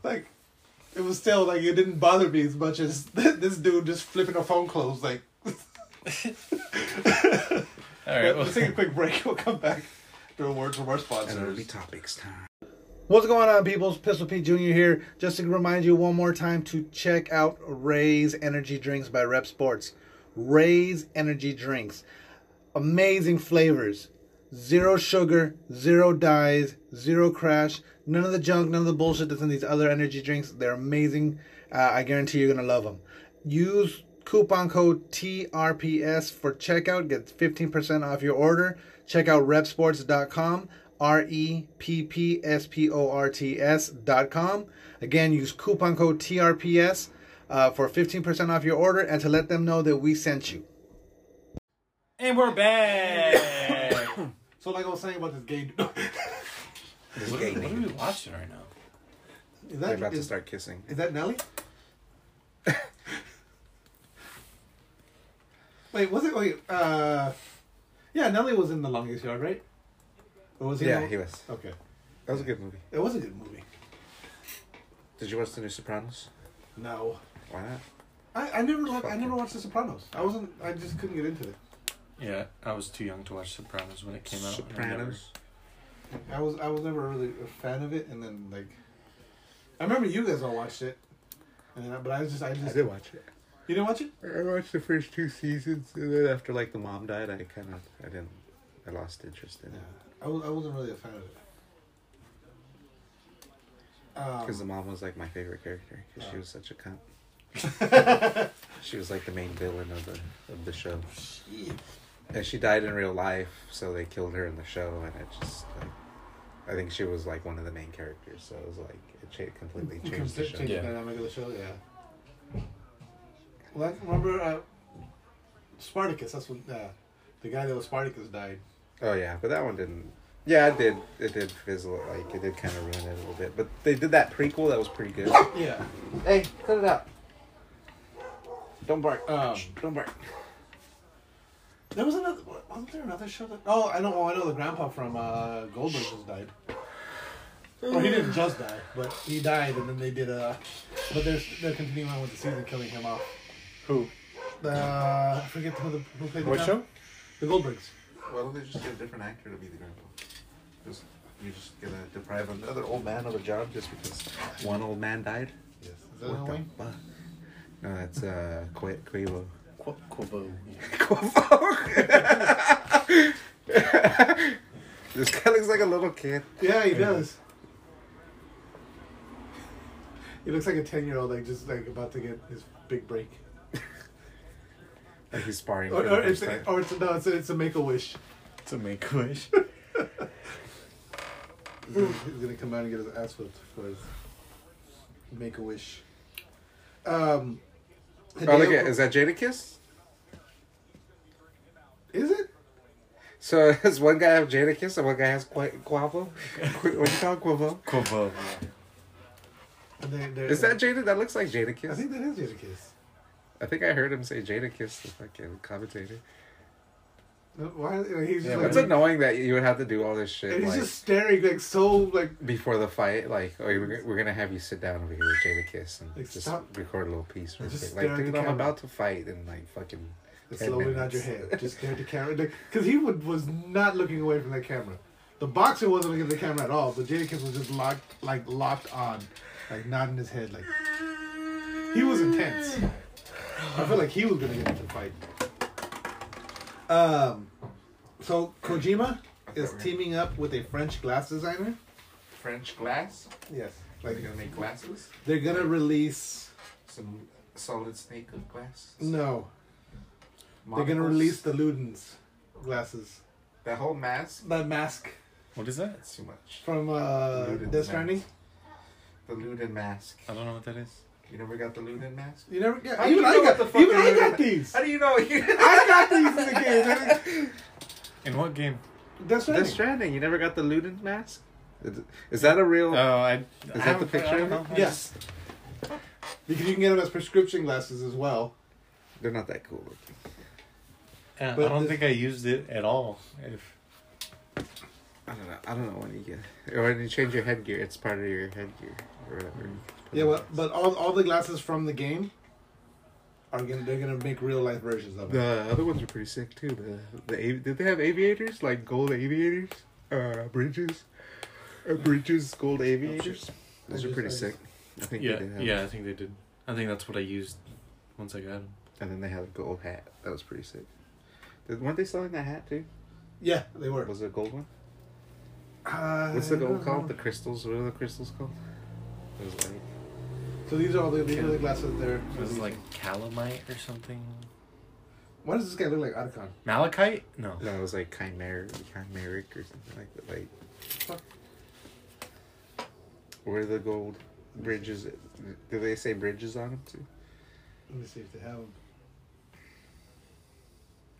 [SPEAKER 6] like it was still like it didn't bother me as much as this dude just flipping a phone close. Like
[SPEAKER 4] All right. Well,
[SPEAKER 6] let's take a quick break. We'll come back. Through a word from our
[SPEAKER 5] And it'll be
[SPEAKER 6] sponsors.
[SPEAKER 5] topics time.
[SPEAKER 6] What's going on, peoples? Pistol Pete Jr. here. Just to remind you one more time to check out Ray's Energy Drinks by Rep Sports. Ray's Energy Drinks. Amazing flavors. Zero sugar, zero dyes, zero crash. None of the junk, none of the bullshit that's in these other energy drinks. They're amazing. Uh, I guarantee you're going to love them. Use coupon code TRPS for checkout. Get 15% off your order. Check out repsports.com. R E P P S P O R T S dot com. Again, use coupon code TRPS uh, for 15% off your order and to let them know that we sent you.
[SPEAKER 4] and we're back.
[SPEAKER 6] So, like I was saying about this gay
[SPEAKER 5] This
[SPEAKER 4] what,
[SPEAKER 5] gay
[SPEAKER 4] are, what are
[SPEAKER 5] name.
[SPEAKER 4] we watching right now?
[SPEAKER 6] is
[SPEAKER 5] They're
[SPEAKER 6] that,
[SPEAKER 5] about to
[SPEAKER 6] is,
[SPEAKER 5] start kissing.
[SPEAKER 6] is that Nelly? wait, was it? Wait, uh, yeah, Nelly was in The Longest Yard, right? Or was he in
[SPEAKER 5] Yeah,
[SPEAKER 6] the-
[SPEAKER 5] he was.
[SPEAKER 6] Okay.
[SPEAKER 5] That was a good movie.
[SPEAKER 6] It was a good movie.
[SPEAKER 5] Did you watch the new Sopranos?
[SPEAKER 6] No.
[SPEAKER 5] Why not?
[SPEAKER 6] I, I never like I never watched The Sopranos. I wasn't I just couldn't get into it.
[SPEAKER 4] Yeah, I was too young to watch Sopranos when it came out. and I never-
[SPEAKER 5] Sopranos.
[SPEAKER 6] I was I was never really a fan of it, and then like, I remember you guys all watched it, and then, but I was just I just
[SPEAKER 5] I did watch it.
[SPEAKER 6] you didn't watch it.
[SPEAKER 5] I watched the first two seasons, and then after like the mom died, I kind of I didn't I lost interest in it
[SPEAKER 6] I was I wasn't really a fan of it.
[SPEAKER 5] because the mom was like my favorite character because she was such a cunt. she was like the main villain of the of the show, and she died in real life, so they killed her in the show, and it just like I think she was like one of the main characters, so it was like it cha- completely changed the show.
[SPEAKER 6] Change
[SPEAKER 4] Yeah.
[SPEAKER 6] the dynamic of the show, yeah. Like remember uh, Spartacus? That's when uh, the guy that was Spartacus died.
[SPEAKER 5] Oh yeah, but that one didn't. Yeah, it did. It did fizzle. Like it did kind of ruin it a little bit. But they did that prequel. That was pretty good.
[SPEAKER 6] Yeah.
[SPEAKER 5] hey, cut it out. Don't bark. Uh,
[SPEAKER 6] Um,
[SPEAKER 5] Don't bark.
[SPEAKER 6] there was another. Wasn't there another show that? Oh, I know. Oh, I know. The grandpa from uh, Goldberg just died. Well, he didn't just die, but he died, and then they did a. But they're they're continuing on with the season, killing him off.
[SPEAKER 4] Who?
[SPEAKER 6] Uh, I forget who, the, who played the
[SPEAKER 4] What
[SPEAKER 6] grandpa.
[SPEAKER 4] show?
[SPEAKER 6] The Goldbergs.
[SPEAKER 5] Why don't they just get a different actor to be the grandpa? Just, you're just gonna deprive another old man of a job just because one old man died?
[SPEAKER 6] Yes. Is that
[SPEAKER 5] What the
[SPEAKER 6] Halloween?
[SPEAKER 5] fuck? No, that's uh, Qu- Quavo.
[SPEAKER 4] Qu- Quavo.
[SPEAKER 5] This guy looks like a little kid.
[SPEAKER 6] Yeah, he does. He looks like a ten year old, like just like about to get his big break.
[SPEAKER 5] Like Oh, Mm. he's sparring.
[SPEAKER 6] Or,
[SPEAKER 5] for the
[SPEAKER 6] or it's
[SPEAKER 5] first time.
[SPEAKER 6] or it's no, it's a, it's a Make a Wish.
[SPEAKER 4] It's a make wish.
[SPEAKER 6] He's gonna come out and get his ass whipped for his Make a Wish. Um.
[SPEAKER 5] Oh, look at is that Jadakiss?
[SPEAKER 6] Is it?
[SPEAKER 5] So does one guy have Jadakiss and one guy has Qua- Quavo? Qu- what do you call it, Quavo?
[SPEAKER 4] Quavo.
[SPEAKER 6] And they- they're-
[SPEAKER 5] Is that Jada? That looks like
[SPEAKER 6] I
[SPEAKER 5] Jadakiss.
[SPEAKER 6] think that is Jada Kiss.
[SPEAKER 5] I think I heard him say Jadakiss, the fucking commentator.
[SPEAKER 6] Why? He's just
[SPEAKER 4] Yeah,
[SPEAKER 6] like,
[SPEAKER 5] It's annoying that you would have to do all this shit.
[SPEAKER 6] and he's
[SPEAKER 5] like,
[SPEAKER 6] just staring like so like
[SPEAKER 5] before the fight, like, oh, we're, gonna- we're gonna have you sit down over here with Jada Kiss and
[SPEAKER 6] Like,
[SPEAKER 5] just
[SPEAKER 6] stop.
[SPEAKER 5] record a little piece. Real
[SPEAKER 6] Just
[SPEAKER 5] quick.
[SPEAKER 6] stare
[SPEAKER 5] Like,
[SPEAKER 6] at
[SPEAKER 5] dude,
[SPEAKER 6] the
[SPEAKER 5] I'm
[SPEAKER 6] camera.
[SPEAKER 5] about to fight and like fucking.
[SPEAKER 6] And
[SPEAKER 5] 10
[SPEAKER 6] slowly nod
[SPEAKER 5] minutes.
[SPEAKER 6] your head. Just stare at the camera. The- Cause he would, was not looking away from that camera. The boxer wasn't looking at the camera at all, but Jadakiss was just locked like locked on. Like nodding his head like he was intense. I feel like he was gonna get into the fight. Um so Kojima is teaming up with a French glass designer.
[SPEAKER 5] French glass.
[SPEAKER 6] Yes. Like
[SPEAKER 5] make glasses.
[SPEAKER 6] they're gonna release
[SPEAKER 5] Some solid snake of glass.
[SPEAKER 6] no. They're gonna release the Ludens glasses.
[SPEAKER 5] that whole mask.
[SPEAKER 6] The mask
[SPEAKER 4] What is that?
[SPEAKER 5] That's too much.
[SPEAKER 6] from uh,
[SPEAKER 5] Looted
[SPEAKER 6] Death
[SPEAKER 5] Mask.
[SPEAKER 6] Stranding.
[SPEAKER 5] The Luden mask.
[SPEAKER 4] I don't know what that is.
[SPEAKER 5] You never got the Luden mask?
[SPEAKER 6] You never. Yeah,
[SPEAKER 5] How do
[SPEAKER 6] even
[SPEAKER 5] you
[SPEAKER 6] I
[SPEAKER 5] know
[SPEAKER 6] got
[SPEAKER 5] what the
[SPEAKER 6] even
[SPEAKER 5] fuck
[SPEAKER 6] I
[SPEAKER 5] Luden
[SPEAKER 6] got
[SPEAKER 5] Ma-
[SPEAKER 6] these.
[SPEAKER 5] How do you know?
[SPEAKER 6] I got these in the game. I didn't-
[SPEAKER 4] In what game?
[SPEAKER 6] Death
[SPEAKER 5] Death
[SPEAKER 6] Stranding.
[SPEAKER 5] Stranding. You never got the Luden mask? Is- Is that a real?
[SPEAKER 4] Oh, I. Is
[SPEAKER 5] that the picture of it?
[SPEAKER 6] Yes, because you can get them as prescription glasses as well.
[SPEAKER 5] They're not that cool. looking.
[SPEAKER 4] Yeah,
[SPEAKER 6] But
[SPEAKER 4] I don't
[SPEAKER 6] the-
[SPEAKER 4] think I used it at all. If
[SPEAKER 5] I don't know. I don't know when you get. Or when you change your headgear, it's part of your headgear or whatever.
[SPEAKER 6] Yeah, well, but all all the glasses from the game are gonna they're gonna make real life versions of it.
[SPEAKER 5] The other ones are pretty sick too. The, the av- did they have aviators like gold aviators, uh, bridges, uh, bridges gold aviators? Those are pretty sick. I think
[SPEAKER 4] yeah,
[SPEAKER 5] they did have.
[SPEAKER 4] yeah, I think they did. I think that's what I used once I got them.
[SPEAKER 5] And then they had a gold hat. That was pretty sick. Did, weren't they selling that hat too?
[SPEAKER 6] Yeah, they were.
[SPEAKER 5] Was it a gold one?
[SPEAKER 6] Uh,
[SPEAKER 5] What's the gold called? The crystals. What are the crystals called? It was like
[SPEAKER 6] So these are all the these are the glasses there.
[SPEAKER 4] It was like calamite or something.
[SPEAKER 6] why does this guy look like Otacon?
[SPEAKER 4] Malachite? No.
[SPEAKER 5] no, it was like chimeric, chimeric or something like that. Like
[SPEAKER 6] Fuck.
[SPEAKER 5] where the gold bridges? Do they say bridges on them too?
[SPEAKER 6] Let me see if they have them.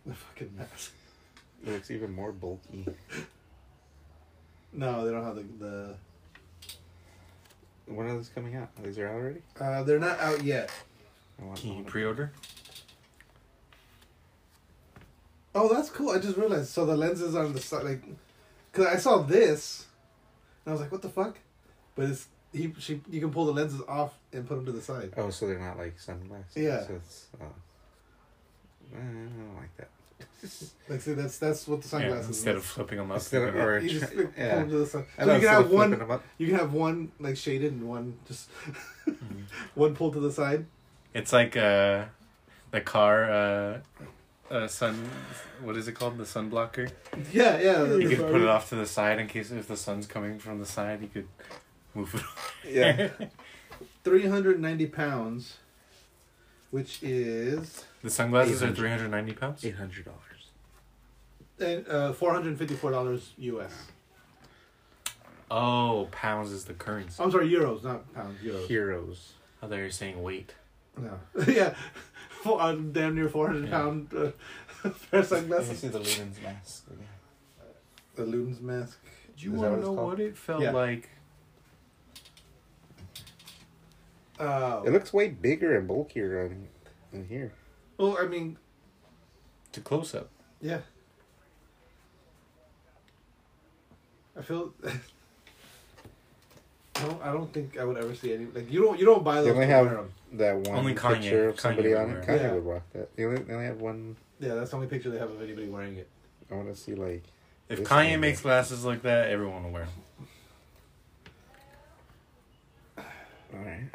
[SPEAKER 6] The fucking mask.
[SPEAKER 5] It looks even more bulky.
[SPEAKER 6] No, they don't have the
[SPEAKER 5] When are those coming out? These are out already?
[SPEAKER 6] the. Uh, they're not out yet.
[SPEAKER 5] I want, I
[SPEAKER 4] Can you
[SPEAKER 5] want-
[SPEAKER 4] pre-order?
[SPEAKER 6] Oh, that's cool. I just realized. So the lenses on the side, like, cause I saw this, and I was like, "What the fuck?" But it's he, she, you can pull the lenses off and put them to the side.
[SPEAKER 5] oh, so they're not like sunglasses.
[SPEAKER 6] Yeah.
[SPEAKER 5] So it's, uh, I don't like that.
[SPEAKER 6] Like, see, that's that's what the
[SPEAKER 4] Yeah,
[SPEAKER 6] sunglasses. is.
[SPEAKER 4] instead of flipping them up.
[SPEAKER 5] Instead of or
[SPEAKER 6] you just
[SPEAKER 5] try-
[SPEAKER 6] like, pull
[SPEAKER 5] yeah.
[SPEAKER 6] them to the side.
[SPEAKER 5] I
[SPEAKER 6] So
[SPEAKER 5] thought
[SPEAKER 6] you
[SPEAKER 5] instead
[SPEAKER 6] can
[SPEAKER 5] of
[SPEAKER 6] have
[SPEAKER 5] flipping
[SPEAKER 6] one.
[SPEAKER 5] 'em up-
[SPEAKER 6] You can have one like shaded and one just
[SPEAKER 4] Mm-hmm.
[SPEAKER 6] one pulled to the side.
[SPEAKER 4] It's like uh, the car uh, uh, sun. What is it called? The sun blocker.
[SPEAKER 6] Yeah, yeah. the-
[SPEAKER 4] You
[SPEAKER 6] the-
[SPEAKER 4] could put it off to the side in case if the sun's coming from the side, you could move it.
[SPEAKER 5] Yeah.
[SPEAKER 6] 390 pounds, which is
[SPEAKER 4] The sunglasses are
[SPEAKER 5] 800.
[SPEAKER 4] three hundred ninety pounds.
[SPEAKER 5] Eight hundred dollars.
[SPEAKER 6] and, uh, $454 US.
[SPEAKER 4] Oh, pounds is the currency.
[SPEAKER 6] I'm sorry, euros, not pounds, euros.
[SPEAKER 5] Heroes.
[SPEAKER 4] I thought you were saying weight.
[SPEAKER 6] No. yeah. Four, uh, damn near 400
[SPEAKER 4] Yeah.
[SPEAKER 6] pound uh, pair of sunglasses.
[SPEAKER 5] the Luden's mask.
[SPEAKER 6] The Luden's mask.
[SPEAKER 4] Do you
[SPEAKER 5] Is
[SPEAKER 4] want
[SPEAKER 5] that what
[SPEAKER 4] to
[SPEAKER 5] it's
[SPEAKER 4] know
[SPEAKER 5] called?
[SPEAKER 4] what it felt
[SPEAKER 6] Yeah.
[SPEAKER 4] like?
[SPEAKER 6] Uh,
[SPEAKER 5] It looks way bigger and bulkier on in here.
[SPEAKER 6] well, I mean,
[SPEAKER 4] To close up.
[SPEAKER 6] yeah. I feel. I don't, I don't think I would ever see any like you don't you don't buy
[SPEAKER 5] They
[SPEAKER 6] those
[SPEAKER 5] only
[SPEAKER 6] to
[SPEAKER 5] have
[SPEAKER 6] wear 'em.
[SPEAKER 5] that one
[SPEAKER 4] Only Kanye-
[SPEAKER 5] picture of
[SPEAKER 4] Kanye
[SPEAKER 5] somebody
[SPEAKER 4] would
[SPEAKER 5] on it.
[SPEAKER 4] wear
[SPEAKER 5] Kanye
[SPEAKER 6] it. Yeah.
[SPEAKER 5] would rock that. They only, they only have one.
[SPEAKER 6] Yeah, that's the only picture they have of anybody wearing it.
[SPEAKER 5] I want to see like.
[SPEAKER 4] If
[SPEAKER 5] This
[SPEAKER 4] Kanye
[SPEAKER 5] thing,
[SPEAKER 4] makes glasses like that, everyone will wear them.
[SPEAKER 5] All right.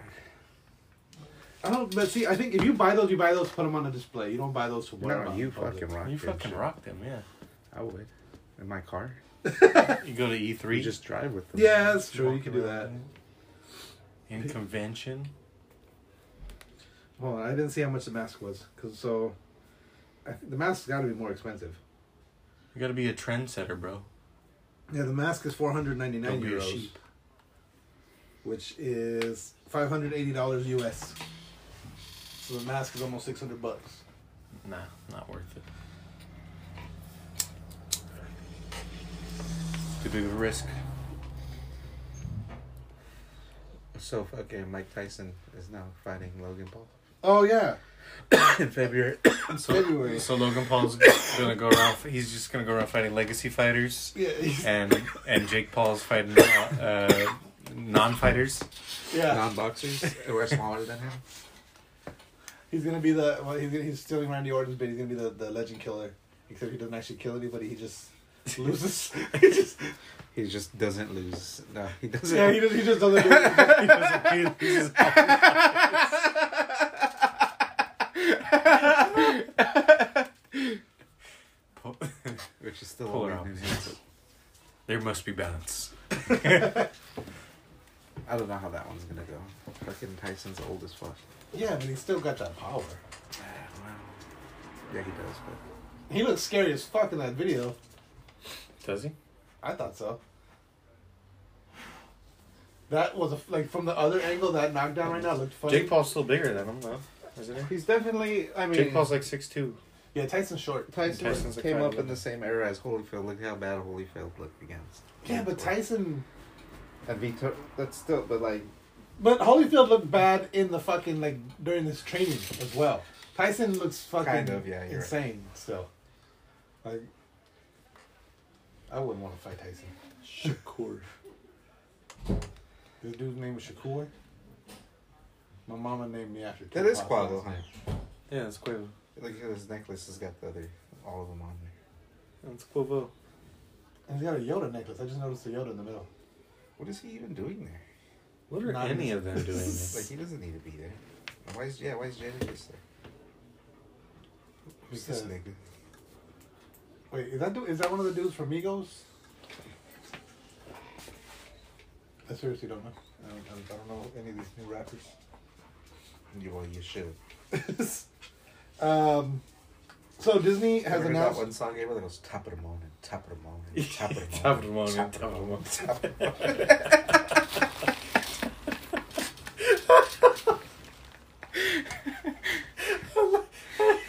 [SPEAKER 6] I don't, but see, I think if you buy those, you buy those, to put them on a display. You don't buy those to wear. them
[SPEAKER 5] No,
[SPEAKER 6] out
[SPEAKER 5] you
[SPEAKER 6] in public.
[SPEAKER 5] fucking rock.
[SPEAKER 4] You
[SPEAKER 5] that
[SPEAKER 4] fucking
[SPEAKER 5] shit.
[SPEAKER 4] rock them, yeah.
[SPEAKER 5] I would. In my car.
[SPEAKER 4] You go to
[SPEAKER 5] We
[SPEAKER 4] E3.
[SPEAKER 5] just drive with them.
[SPEAKER 6] Yeah, that's true. You
[SPEAKER 4] walk
[SPEAKER 6] can do that.
[SPEAKER 4] around In convention.
[SPEAKER 6] Hold on, I didn't see how much the mask was, cause so, I think the mask's got to be more expensive.
[SPEAKER 4] You gotta be a trendsetter, bro.
[SPEAKER 6] Yeah, the mask is four hundred ninety nine
[SPEAKER 4] Don't be a
[SPEAKER 6] euros,
[SPEAKER 4] sheep.
[SPEAKER 6] which is five hundred eighty dollars US. So the mask is almost six hundred bucks.
[SPEAKER 4] Nah, not worth it. Too big of a risk.
[SPEAKER 5] So fucking Mike Tyson is now fighting Logan Paul
[SPEAKER 6] Oh yeah,
[SPEAKER 5] in February.
[SPEAKER 4] So,
[SPEAKER 6] February.
[SPEAKER 4] so Logan Paul's gonna go around. He's just gonna go around fighting legacy fighters,
[SPEAKER 6] Yeah, he's-
[SPEAKER 4] and and Jake Paul's fighting uh, non-fighters.
[SPEAKER 6] yeah.
[SPEAKER 5] Non-boxers who are smaller than him.
[SPEAKER 6] He's gonna be the well, he's gonna, he's stealing Randy Orton's, but he's gonna be the, the legend killer. Except he doesn't actually kill anybody. He just loses. he just
[SPEAKER 5] He just doesn't lose. No, he doesn't.
[SPEAKER 6] yeah. He just he just doesn't. Do it.
[SPEAKER 4] Po-
[SPEAKER 5] Which is still
[SPEAKER 4] Pull it
[SPEAKER 5] only
[SPEAKER 4] off.
[SPEAKER 5] New Zealand.
[SPEAKER 4] there must be balance.
[SPEAKER 5] I don't know how that one's gonna go. Fucking Tyson's old as fuck.
[SPEAKER 6] Yeah, but he's still got that power.
[SPEAKER 5] Ah, wow. Yeah, he does. But
[SPEAKER 6] He looks scary as fuck in that video.
[SPEAKER 4] Does he?
[SPEAKER 6] I thought so. That was a, like from the other angle. That knockdown right now looked funny.
[SPEAKER 4] Jake Paul's still bigger than him, though, isn't he?
[SPEAKER 5] He's definitely. I mean,
[SPEAKER 4] Jake Paul's like six two.
[SPEAKER 6] yeah, Tyson's short.
[SPEAKER 5] Tyson
[SPEAKER 4] Tyson's like
[SPEAKER 5] came
[SPEAKER 4] five
[SPEAKER 5] up in
[SPEAKER 4] eleven.
[SPEAKER 5] the same era as Holyfield. Look how bad Holyfield looked against.
[SPEAKER 6] Yeah, but Tyson.
[SPEAKER 5] And Vito, that's still, but like,
[SPEAKER 6] But Holyfield looked bad in the fucking like during this training as well. Tyson looks fucking
[SPEAKER 5] Kind of, yeah, you're right.
[SPEAKER 6] insane still. Like, I wouldn't want to fight Tyson. Shakur. this dude's name was Shakur. My mama named me after.
[SPEAKER 5] that is
[SPEAKER 6] Tupac's
[SPEAKER 5] Quavo,
[SPEAKER 6] last
[SPEAKER 5] huh?
[SPEAKER 6] name.
[SPEAKER 4] Yeah, it's Quavo.
[SPEAKER 5] Look at his necklace. Has got the other, all of them on there.
[SPEAKER 4] It's Quavo.
[SPEAKER 6] And he's got a Yoda necklace. I just noticed the Yoda in the middle.
[SPEAKER 5] What is he even doing there?
[SPEAKER 4] What are
[SPEAKER 6] Not
[SPEAKER 4] any
[SPEAKER 6] his-
[SPEAKER 4] of them doing?
[SPEAKER 5] Like he doesn't need to be there. And Why is yeah? Why is Jada just there? Who's this
[SPEAKER 6] Because-
[SPEAKER 5] nigga?
[SPEAKER 6] Wait, is that du- is that one of the dudes from Migos? I seriously don't know. I don't, I don't know any of these new rappers.
[SPEAKER 5] You well, you should.
[SPEAKER 6] Um, so Disney has
[SPEAKER 5] Remember that
[SPEAKER 6] announced.
[SPEAKER 5] one song I gave her that was top of the morning, top of the morning, top of the morning,
[SPEAKER 4] Top of the morning,
[SPEAKER 5] top of
[SPEAKER 4] top of the
[SPEAKER 5] the
[SPEAKER 4] morning.
[SPEAKER 5] morning, top of the morning.
[SPEAKER 4] I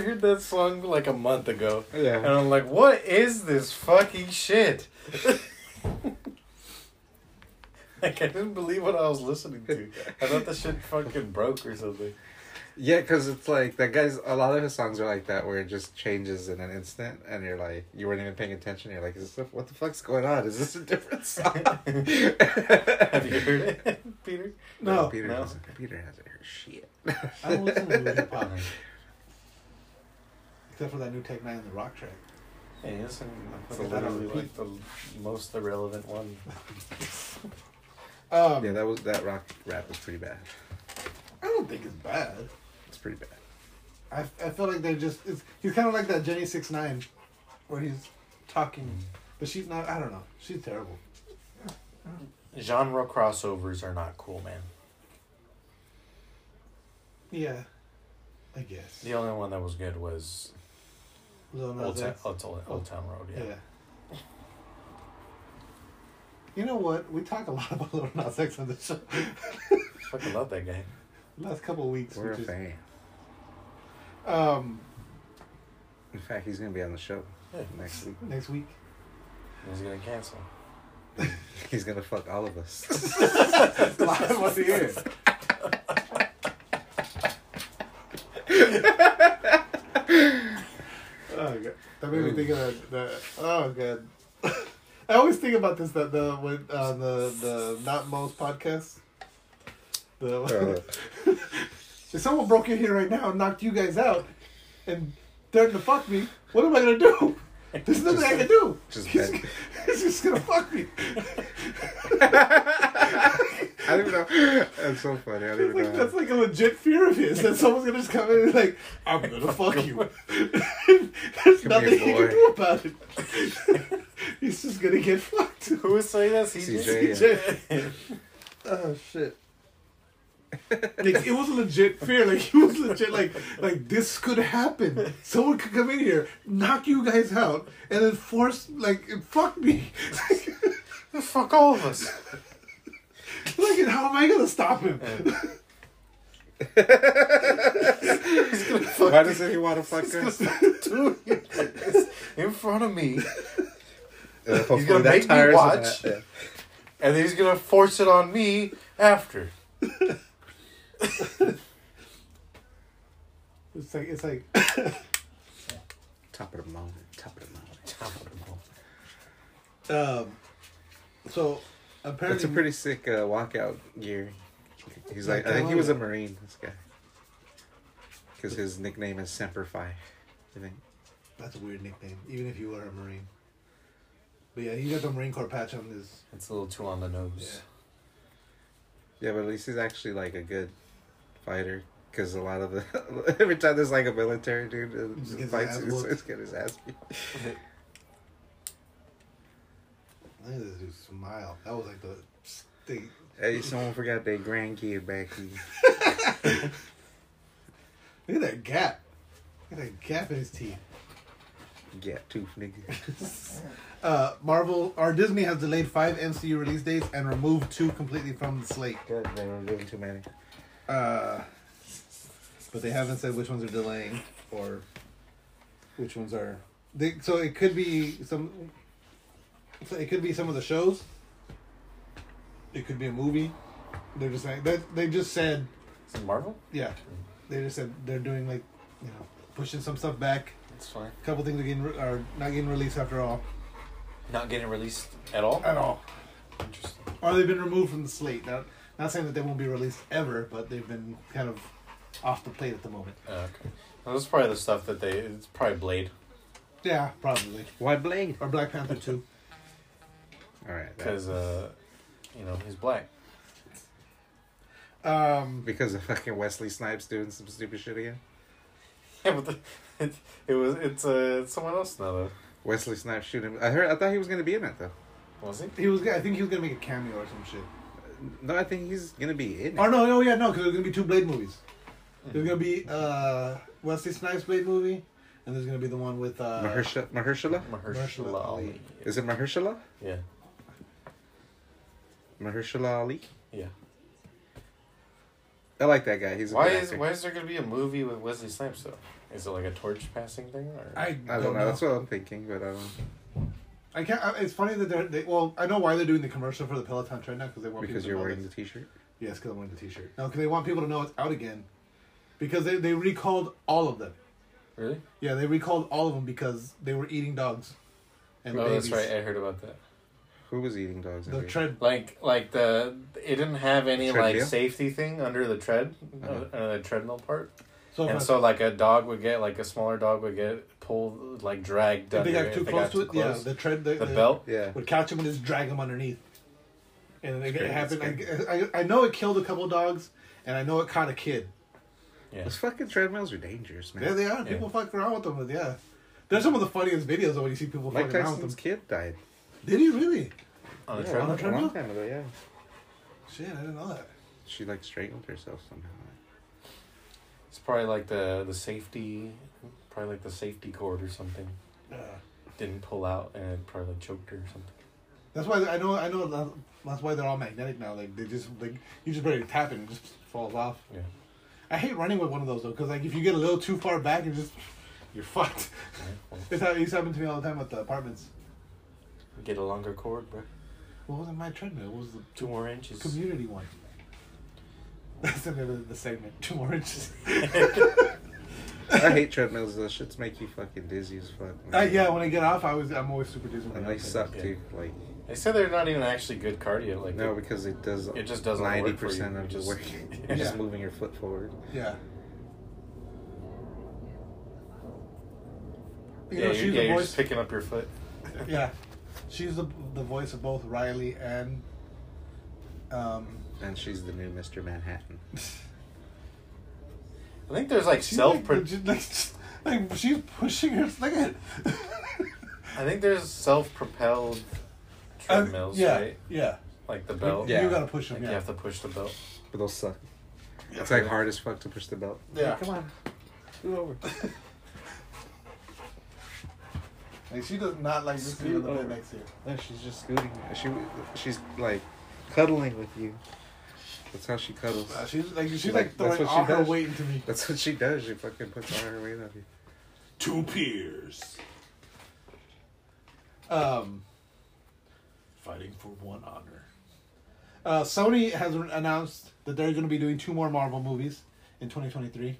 [SPEAKER 4] heard that song like a month ago.
[SPEAKER 5] Yeah.
[SPEAKER 4] And I'm like, what is this fucking shit? like, I didn't believe what I was listening to. I thought the shit fucking broke or something.
[SPEAKER 5] Yeah, because it's like that guy's. A lot of his songs are like that, where it just changes in an instant, and you're like, you weren't even paying attention. You're like, is this what the fuck's going on? Is this a different song?
[SPEAKER 4] Have you heard it, Peter?
[SPEAKER 6] No,
[SPEAKER 5] Peter
[SPEAKER 4] no.
[SPEAKER 5] hasn't. Peter hasn't heard shit.
[SPEAKER 6] I don't listen to new hip hop except for that new Tech Nine and the Rock track.
[SPEAKER 4] Yeah, yes, and that's
[SPEAKER 6] Put that on
[SPEAKER 4] literally like
[SPEAKER 6] repeat.
[SPEAKER 4] the most irrelevant one.
[SPEAKER 6] Um,
[SPEAKER 5] Yeah, that was that rock rap was pretty bad.
[SPEAKER 6] I don't think it's bad.
[SPEAKER 5] It's pretty bad.
[SPEAKER 6] I, I feel like they're just it's, he's kind of like that Jenny Six Nine, where he's talking,
[SPEAKER 5] Mm.
[SPEAKER 6] but she's not. I don't know. She's terrible.
[SPEAKER 4] Genre crossovers are not cool, man.
[SPEAKER 6] Yeah, I guess.
[SPEAKER 4] The only one that was good was
[SPEAKER 6] Lil Nas
[SPEAKER 4] Old, Ta-
[SPEAKER 6] X.
[SPEAKER 4] Old, Ta- Old Town Road, yeah.
[SPEAKER 6] Yeah. You know what? We talk a lot about Lil Nas X on the show.
[SPEAKER 4] Fucking love that guy.
[SPEAKER 6] Last couple of weeks,
[SPEAKER 5] We're a
[SPEAKER 6] which is
[SPEAKER 5] fan.
[SPEAKER 6] um
[SPEAKER 5] In fact, he's gonna be on the show next week.
[SPEAKER 6] next week.
[SPEAKER 4] He's gonna cancel.
[SPEAKER 5] He's gonna fuck all of us.
[SPEAKER 6] Live on the air. oh god, that made me think of that. that oh god, I always think about this. That the when uh, the the not most podcast. The,
[SPEAKER 5] Uh,
[SPEAKER 6] if someone broke in here right now and knocked you guys out, and threatened to fuck me, what am I gonna do? There's nothing I can do.
[SPEAKER 5] just
[SPEAKER 6] he's,
[SPEAKER 5] bend.
[SPEAKER 6] he's just gonna fuck me.
[SPEAKER 5] I don't even know. That's so funny. I don't
[SPEAKER 6] That's
[SPEAKER 5] even
[SPEAKER 6] like,
[SPEAKER 5] know.
[SPEAKER 6] that's like a legit fear of his that someone's gonna just come in and be like, I'm gonna fuck you. There's
[SPEAKER 5] Come here,
[SPEAKER 6] nothing he
[SPEAKER 5] boy.
[SPEAKER 6] can do about it. He's just gonna get fucked.
[SPEAKER 4] Who was saying that? CJ?
[SPEAKER 5] CJ,
[SPEAKER 6] Oh shit. Like, it was a legit fear. Like he was legit. Like like this could happen. Someone could come in here, knock you guys out, and then force like fuck me.
[SPEAKER 4] Fuck all of us.
[SPEAKER 6] like and how am I gonna stop him?
[SPEAKER 5] Why doesn't he want to fuck us?
[SPEAKER 4] Dude, in front of me,
[SPEAKER 5] Uh, hopefully
[SPEAKER 4] gonna
[SPEAKER 5] that
[SPEAKER 4] make me
[SPEAKER 5] tires him
[SPEAKER 4] watch.
[SPEAKER 5] out. Yeah.
[SPEAKER 4] and then he's gonna force it on me after.
[SPEAKER 6] It's like it's like
[SPEAKER 5] Top of the mountain. Top of the mountain.
[SPEAKER 6] um. So apparently
[SPEAKER 5] That's a pretty sick uh, walkout gear. He's like, I think he was a Marine. This guy, because his nickname is Semper Fi. I think.
[SPEAKER 6] That's a weird nickname, even if you were a Marine. But yeah, he got the Marine Corps patch on his.
[SPEAKER 4] It's a little too on the nose.
[SPEAKER 5] Yeah, but at least he's actually like a good fighter. Because a lot of the every time there's like a military dude
[SPEAKER 6] Just
[SPEAKER 5] that
[SPEAKER 6] gets his
[SPEAKER 5] fights,
[SPEAKER 6] ass
[SPEAKER 5] he's
[SPEAKER 6] whooped.
[SPEAKER 5] he's getting his ass beat.
[SPEAKER 6] Look at this dude smile. That was like the thing.
[SPEAKER 5] Hey, someone forgot their grandkid back here.
[SPEAKER 6] Look at that gap. Look at that gap in his teeth.
[SPEAKER 5] Get tooth nigga.
[SPEAKER 6] Uh, Marvel or Disney has delayed five MCU release dates and removed two completely from the slate.
[SPEAKER 5] Good, they were doing too many.
[SPEAKER 6] Uh, but they haven't said which ones are delaying or which ones are. They, so it could be some. So it could be some of the shows. It could be a movie. They're just like that. They just said,
[SPEAKER 4] Is it Marvel?
[SPEAKER 6] yeah. They just said they're doing like, you know, pushing some stuff back.
[SPEAKER 4] That's fine.
[SPEAKER 6] A couple things are getting re- are not getting released after all.
[SPEAKER 4] Not getting released at all?
[SPEAKER 6] At all.
[SPEAKER 4] Interesting.
[SPEAKER 6] or they've been removed from the slate. Now, not saying that they won't be released ever, but they've been kind of off the plate at the moment.
[SPEAKER 4] Uh, okay. Well, that's probably the stuff that they. It's probably Blade.
[SPEAKER 6] Yeah, probably.
[SPEAKER 5] Why Blade?
[SPEAKER 6] Or Black Panther two.
[SPEAKER 5] All right. that-
[SPEAKER 4] Because, uh, you know, he's black.
[SPEAKER 6] Um,
[SPEAKER 5] because of fucking Wesley Snipes doing some stupid shit again.
[SPEAKER 4] Yeah, but the, it, it was. It's uh, it's someone else now, though.
[SPEAKER 5] Wesley Snipes shooting. I heard. I thought he was gonna be in it though.
[SPEAKER 4] Was he?
[SPEAKER 6] he was. I think he was gonna make a cameo or some shit.
[SPEAKER 5] No, I think he's gonna be in it.
[SPEAKER 6] Oh no! Oh yeah, no, because there's gonna be two Blade movies.
[SPEAKER 5] Mm-hmm.
[SPEAKER 6] There's gonna be uh, Wesley Snipes Blade movie, and there's gonna be the one with uh,
[SPEAKER 5] Mahershala. Mahershala.
[SPEAKER 4] Mahershala Ali.
[SPEAKER 5] Is it Mahershala?
[SPEAKER 4] Yeah.
[SPEAKER 5] Mahershala Ali.
[SPEAKER 4] Yeah.
[SPEAKER 5] I like that guy. He's a
[SPEAKER 4] Why
[SPEAKER 5] good
[SPEAKER 4] is
[SPEAKER 5] actor.
[SPEAKER 4] why is there gonna be a movie with Wesley Snipes though? Is it like a torch passing thing or?
[SPEAKER 6] I
[SPEAKER 5] I don't know. That's what I'm thinking, but um,
[SPEAKER 6] I can't. I, it's funny that they're. They, well, I know why they're doing the commercial for the Peloton right now because they want
[SPEAKER 5] because
[SPEAKER 6] people to
[SPEAKER 5] you're
[SPEAKER 6] know
[SPEAKER 5] wearing
[SPEAKER 6] that-
[SPEAKER 5] the T-shirt.
[SPEAKER 6] Yes, because I'm wearing the T-shirt. No, because they want people to know it's out again, because they they recalled all of them.
[SPEAKER 4] really?
[SPEAKER 6] Yeah, they recalled all of them because they were eating dogs and
[SPEAKER 4] Oh,
[SPEAKER 6] babies.
[SPEAKER 4] that's right. I heard about that.
[SPEAKER 5] Who was eating dogs?
[SPEAKER 6] The
[SPEAKER 5] anyway?
[SPEAKER 6] tread.
[SPEAKER 4] Like like the it didn't have any like
[SPEAKER 5] Treadmill?
[SPEAKER 4] safety thing under the tread
[SPEAKER 5] Uh-huh.
[SPEAKER 4] uh, uh, the treadmill part,
[SPEAKER 6] So,
[SPEAKER 4] and
[SPEAKER 6] if
[SPEAKER 4] so like a dog would get like a smaller dog would get pulled like dragged.
[SPEAKER 6] if they
[SPEAKER 4] under
[SPEAKER 6] got too
[SPEAKER 4] if they
[SPEAKER 6] close
[SPEAKER 4] got
[SPEAKER 6] to
[SPEAKER 4] too
[SPEAKER 6] it, yeah,
[SPEAKER 4] close.
[SPEAKER 6] the tread. The,
[SPEAKER 4] the, belt.
[SPEAKER 5] Yeah.
[SPEAKER 6] would catch him and just drag him underneath. And then it,
[SPEAKER 5] It's
[SPEAKER 6] it happened.
[SPEAKER 5] great,
[SPEAKER 6] I, I, I know it killed a couple dogs, and I know it caught a kid.
[SPEAKER 4] Yeah.
[SPEAKER 5] Those fucking treadmills are dangerous, man.
[SPEAKER 6] There they are. People fuck around with them. But yeah, they're some of the funniest videos when you see people
[SPEAKER 5] Mike
[SPEAKER 6] fucking around
[SPEAKER 5] Tyson's
[SPEAKER 6] with them.
[SPEAKER 5] kid died.
[SPEAKER 6] Did he really?
[SPEAKER 4] On the
[SPEAKER 5] Yeah,
[SPEAKER 4] treadmill.
[SPEAKER 6] on the
[SPEAKER 5] a long
[SPEAKER 6] treadmill?
[SPEAKER 5] time ago. Yeah,
[SPEAKER 6] Shit, I didn't know that.
[SPEAKER 5] she like strangled herself somehow.
[SPEAKER 4] It's probably like the the safety, probably like the safety cord or something.
[SPEAKER 6] Yeah.
[SPEAKER 4] Didn't pull out and it probably choked her or something.
[SPEAKER 6] That's why I know. I know. that- That's why they're all magnetic now. Like they just like you just barely tap it and it just falls off.
[SPEAKER 4] Yeah.
[SPEAKER 6] I hate running with one of those though, because like if you get a little too far back, you're just you're fucked.
[SPEAKER 4] yeah. Well,
[SPEAKER 6] This how it used to happen to me all the time at the apartments.
[SPEAKER 4] Get a longer cord, bro.
[SPEAKER 6] What wasn't my treadmill? It was the
[SPEAKER 4] Two more inches.
[SPEAKER 6] community one. That's the name of the segment. Two more inches. Uh,
[SPEAKER 5] I hate treadmills. Those shits make you fucking dizzy as fuck.
[SPEAKER 6] uh,
[SPEAKER 5] man.
[SPEAKER 6] yeah, when I get off, I was I'm always super dizzy. when
[SPEAKER 5] and
[SPEAKER 6] I
[SPEAKER 5] they
[SPEAKER 6] get off.
[SPEAKER 5] suck
[SPEAKER 4] Yeah.
[SPEAKER 5] too. Like
[SPEAKER 4] They said they're not even actually good cardio. Like
[SPEAKER 5] no, because it does.
[SPEAKER 4] It just doesn't work for you.
[SPEAKER 5] Ninety percent
[SPEAKER 4] You
[SPEAKER 5] of the
[SPEAKER 4] just-
[SPEAKER 5] work. You're just moving your foot forward.
[SPEAKER 6] Yeah. You
[SPEAKER 4] yeah,
[SPEAKER 6] know,
[SPEAKER 4] you,
[SPEAKER 6] she's
[SPEAKER 4] yeah,
[SPEAKER 6] the
[SPEAKER 4] you're just
[SPEAKER 6] voice.
[SPEAKER 4] picking up your foot.
[SPEAKER 6] Yeah, she's the the voice of both Riley and um.
[SPEAKER 5] And she's the new Mr. Manhattan.
[SPEAKER 4] I think there's like
[SPEAKER 6] She's
[SPEAKER 4] self.
[SPEAKER 6] like, legit, like, like she's pushing her. Look at.
[SPEAKER 4] I think there's self-propelled treadmills,
[SPEAKER 6] Uh, yeah,
[SPEAKER 4] right?
[SPEAKER 6] yeah.
[SPEAKER 4] Like the belt.
[SPEAKER 5] Yeah.
[SPEAKER 6] You gotta push
[SPEAKER 4] Like
[SPEAKER 6] him.
[SPEAKER 4] you
[SPEAKER 6] Yeah.
[SPEAKER 4] have to push the belt.
[SPEAKER 5] But those suck. It's like hard as fuck to push the belt.
[SPEAKER 6] Yeah.
[SPEAKER 5] Come on. Scoot over.
[SPEAKER 6] Like she does not like this dude in the bed next to you.
[SPEAKER 5] No, she's just scooting. She she's like cuddling with you. That's how she cuddles.
[SPEAKER 6] Uh, she's like she's
[SPEAKER 5] Like,
[SPEAKER 6] like,
[SPEAKER 5] that's what
[SPEAKER 6] throwing
[SPEAKER 5] she
[SPEAKER 6] all her
[SPEAKER 5] does.
[SPEAKER 6] weight into me.
[SPEAKER 5] That's what she does. She fucking puts all her weight on you.
[SPEAKER 3] Two peers
[SPEAKER 6] Um,
[SPEAKER 3] fighting for one honor.
[SPEAKER 6] uh, Sony has announced that they're going to be doing two more Marvel movies in 2023,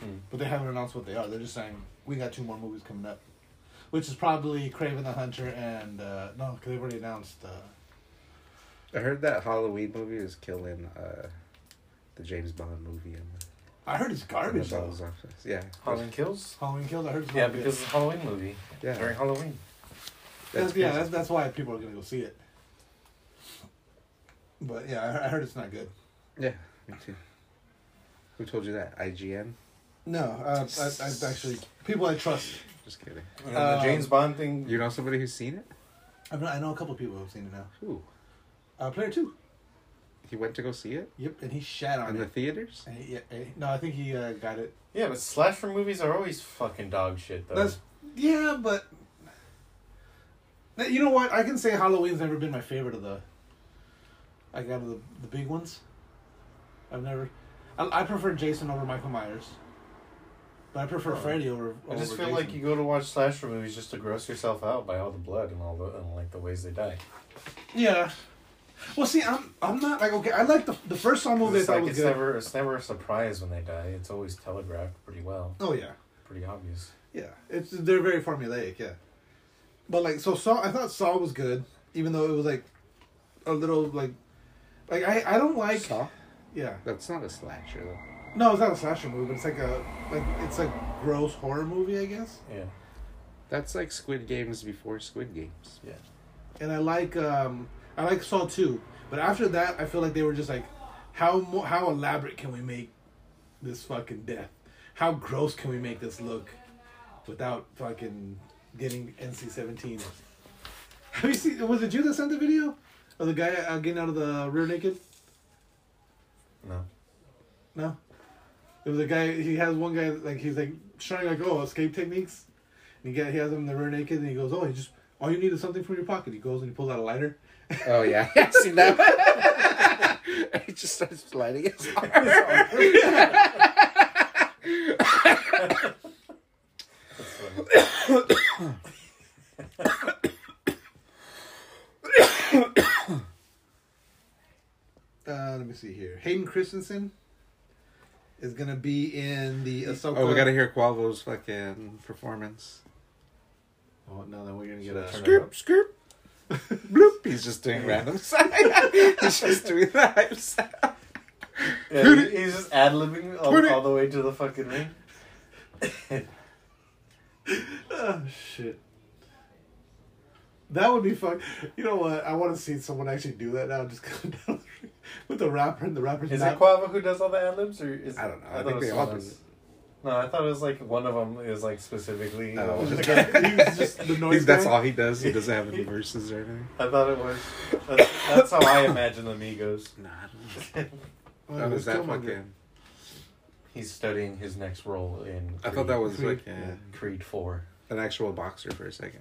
[SPEAKER 4] Hmm.
[SPEAKER 6] but they haven't announced what they are. They're just saying we got two more movies coming up, which is probably Craven the Hunter and uh, no, because they've already announced. Uh,
[SPEAKER 5] I heard that Halloween movie is killing uh, the James Bond movie in the,
[SPEAKER 6] I heard it's
[SPEAKER 5] in the
[SPEAKER 6] garbage though.
[SPEAKER 5] box office. Yeah.
[SPEAKER 4] Halloween kills.
[SPEAKER 6] Halloween Kills. I heard it's
[SPEAKER 4] Yeah,
[SPEAKER 6] not good.
[SPEAKER 4] because it's a Halloween movie
[SPEAKER 5] Yeah.
[SPEAKER 4] during Halloween.
[SPEAKER 6] That's,
[SPEAKER 5] That's
[SPEAKER 6] yeah,
[SPEAKER 5] crazy.
[SPEAKER 6] that's, that's why people are gonna go see it. But yeah, I, I heard it's not good.
[SPEAKER 5] Yeah, me too. Who told you that? IGN?
[SPEAKER 6] No, uh, I, I actually people I trust.
[SPEAKER 5] Just kidding.
[SPEAKER 4] And then the
[SPEAKER 6] Um,
[SPEAKER 4] James Bond thing.
[SPEAKER 5] You know somebody who's seen it?
[SPEAKER 6] I, mean, I know a couple people who've seen it now.
[SPEAKER 5] Who?
[SPEAKER 6] Uh, Player Two.
[SPEAKER 5] He went to go see it
[SPEAKER 6] Yep, and he shat on
[SPEAKER 5] in the
[SPEAKER 6] it.
[SPEAKER 5] theaters.
[SPEAKER 6] And he- yeah, eh, no, I think he uh, got it
[SPEAKER 4] Yeah, but slasher movies are always fucking dog shit, though.
[SPEAKER 6] That's yeah, but Now, you know what? I can say Halloween's never been my favorite of the. I got the the big ones. I've never. I, I prefer Jason over Michael Myers. But I prefer Freddy over.
[SPEAKER 4] I just
[SPEAKER 6] over
[SPEAKER 4] feel
[SPEAKER 6] Jason.
[SPEAKER 4] like you go to watch slasher movies just to gross yourself out by all the blood and all the and like the ways they die.
[SPEAKER 6] Yeah. Well, see, I'm I'm not like okay. I like the the first Saw movie. I
[SPEAKER 4] It's,
[SPEAKER 6] thought
[SPEAKER 4] like,
[SPEAKER 6] was
[SPEAKER 4] it's
[SPEAKER 6] good.
[SPEAKER 4] never it's never a surprise when they die. It's always telegraphed pretty well,
[SPEAKER 6] Oh yeah,
[SPEAKER 4] pretty obvious.
[SPEAKER 6] yeah. It's they're very formulaic. Yeah. But like, so Saw. I thought Saw was good, even though it was like a little like, like I I don't like.
[SPEAKER 5] Saw?
[SPEAKER 6] Yeah.
[SPEAKER 5] That's not a slasher, though.
[SPEAKER 6] No, it's not a slasher movie, but it's like a like it's like gross horror movie, I guess.
[SPEAKER 4] Yeah,
[SPEAKER 5] That's like Squid Games before Squid Games.
[SPEAKER 4] yeah.
[SPEAKER 6] And I like um I like Saw two, but after that, I feel like they were just like, how mo- how elaborate can we make this fucking death? How gross can we make this look without fucking getting NC seventeen? Have you seen? Was it you that sent the video? Of the guy uh, getting out of the rear naked?
[SPEAKER 4] No,
[SPEAKER 6] No. There was a guy. He has one guy like he's like showing like oh escape techniques. And he got he has him in the rear naked and he goes oh he just all you need is something from your pocket. He goes and he pulls out a lighter.
[SPEAKER 5] Oh, yeah. I've seen that one. it just starts lighting it.
[SPEAKER 4] that's funny.
[SPEAKER 6] Uh, let me see here. Hayden Christensen is gonna be in the Ahsoka.
[SPEAKER 5] Oh, we gotta hear Quavo's fucking performance.
[SPEAKER 6] Oh no, then we're gonna get a.
[SPEAKER 4] Turn it up.
[SPEAKER 5] Skirp, skirp. Bloop. He's just doing random sound. He's just doing the hype sound.
[SPEAKER 4] Yeah, he- he's just ad libbing all,
[SPEAKER 5] Twitter-
[SPEAKER 4] all the way to the fucking ring.
[SPEAKER 6] Oh shit. That would be fun. You know what? I want to see someone actually do that now. Just come down the street with the rapper and the rapper's
[SPEAKER 4] Is
[SPEAKER 6] not-
[SPEAKER 4] it Quavo who does all the ad libs, or is
[SPEAKER 5] I don't know. I
[SPEAKER 4] thought
[SPEAKER 5] think
[SPEAKER 4] it was
[SPEAKER 5] they all
[SPEAKER 4] someone
[SPEAKER 5] do.
[SPEAKER 4] else. No, I thought it was like one of them is like specifically.
[SPEAKER 5] Oh.
[SPEAKER 6] He's just the noise
[SPEAKER 5] that's
[SPEAKER 6] guy.
[SPEAKER 5] all he does. He doesn't have any verses or anything.
[SPEAKER 4] I thought it was. That's, that's how I imagine the Migos.
[SPEAKER 5] Nah, I don't know.
[SPEAKER 6] Oh,
[SPEAKER 5] That was
[SPEAKER 6] it's
[SPEAKER 5] that
[SPEAKER 6] Killmonger.
[SPEAKER 5] fucking.
[SPEAKER 4] He's studying his next role in. Creed,
[SPEAKER 5] I thought that was
[SPEAKER 6] Creed,
[SPEAKER 5] like
[SPEAKER 6] yeah.
[SPEAKER 5] uh,
[SPEAKER 4] Creed Four.
[SPEAKER 5] an actual boxer for a second.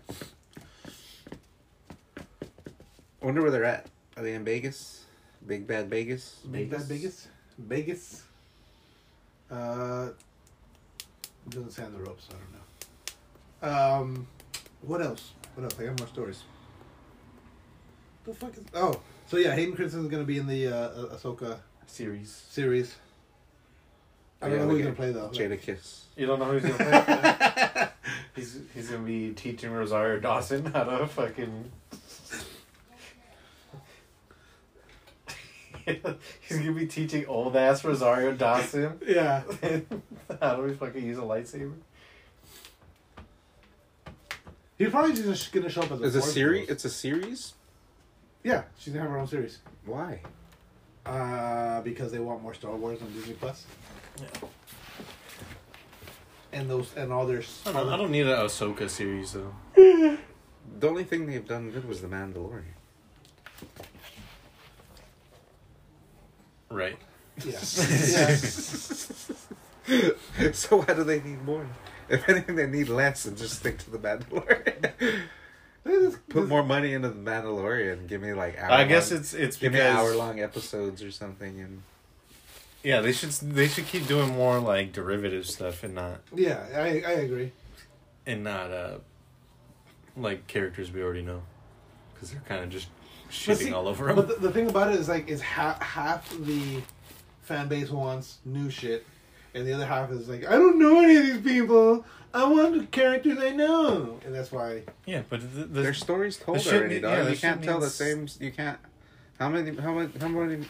[SPEAKER 5] I wonder where they're at. Are they in Vegas? Big Bad Vegas?
[SPEAKER 6] Make that biggest? Vegas? Uh, it doesn't say on the ropes, so I don't know. Um, what else? What else? I got more stories. The fuck is. Oh, so yeah, Hayden Christensen's gonna be in the uh, Ah- Ahsoka
[SPEAKER 4] series.
[SPEAKER 6] series. I don't
[SPEAKER 5] Yeah,
[SPEAKER 6] know who
[SPEAKER 5] like a-
[SPEAKER 6] he's gonna play though.
[SPEAKER 5] Jada Kiss.
[SPEAKER 4] You don't know who's gonna play. he's he's gonna be teaching Rosario Dawson how to fucking. he's gonna be teaching old ass Rosario Dawson
[SPEAKER 6] Yeah.
[SPEAKER 4] how do we fucking use a lightsaber.
[SPEAKER 6] He's probably just gonna show up as a
[SPEAKER 5] It's a
[SPEAKER 6] Force
[SPEAKER 5] series?
[SPEAKER 6] Ghost.
[SPEAKER 5] It's a series?
[SPEAKER 6] Yeah, she's gonna have her own series.
[SPEAKER 5] Why?
[SPEAKER 6] Uh, because they want more Star Wars on Disney Plus. Yeah. And those and all their
[SPEAKER 4] I don't, I don't need an Ahsoka series though.
[SPEAKER 5] The only thing they've done good was The Mandalorian.
[SPEAKER 4] Right.
[SPEAKER 6] yeah.
[SPEAKER 5] so why do they need more? If anything, they need less and just stick to The Mandalorian. Put more money into The Mandalorian. Give me like hour
[SPEAKER 4] I guess
[SPEAKER 5] long-
[SPEAKER 4] it's it's
[SPEAKER 5] Give me hour
[SPEAKER 4] because
[SPEAKER 5] long episodes or something and
[SPEAKER 4] yeah they should they should keep doing more like derivative stuff and not
[SPEAKER 6] Yeah, I I agree.
[SPEAKER 4] and not uh like characters we already know because they're kind of just shitting
[SPEAKER 6] But see-
[SPEAKER 4] all over them.
[SPEAKER 6] But the, the thing about it is like is half half the fan base wants new shit, and the other half is like I don't know any of these people. I want the characters I know, and that's why.
[SPEAKER 4] yeah, but the, the,
[SPEAKER 5] Their story's told
[SPEAKER 4] shit
[SPEAKER 5] already,
[SPEAKER 4] need-
[SPEAKER 5] dog.
[SPEAKER 4] yeah, the
[SPEAKER 5] you can't
[SPEAKER 4] shit
[SPEAKER 5] tell the
[SPEAKER 4] needs-
[SPEAKER 5] same. You can't. How many? How many? How many?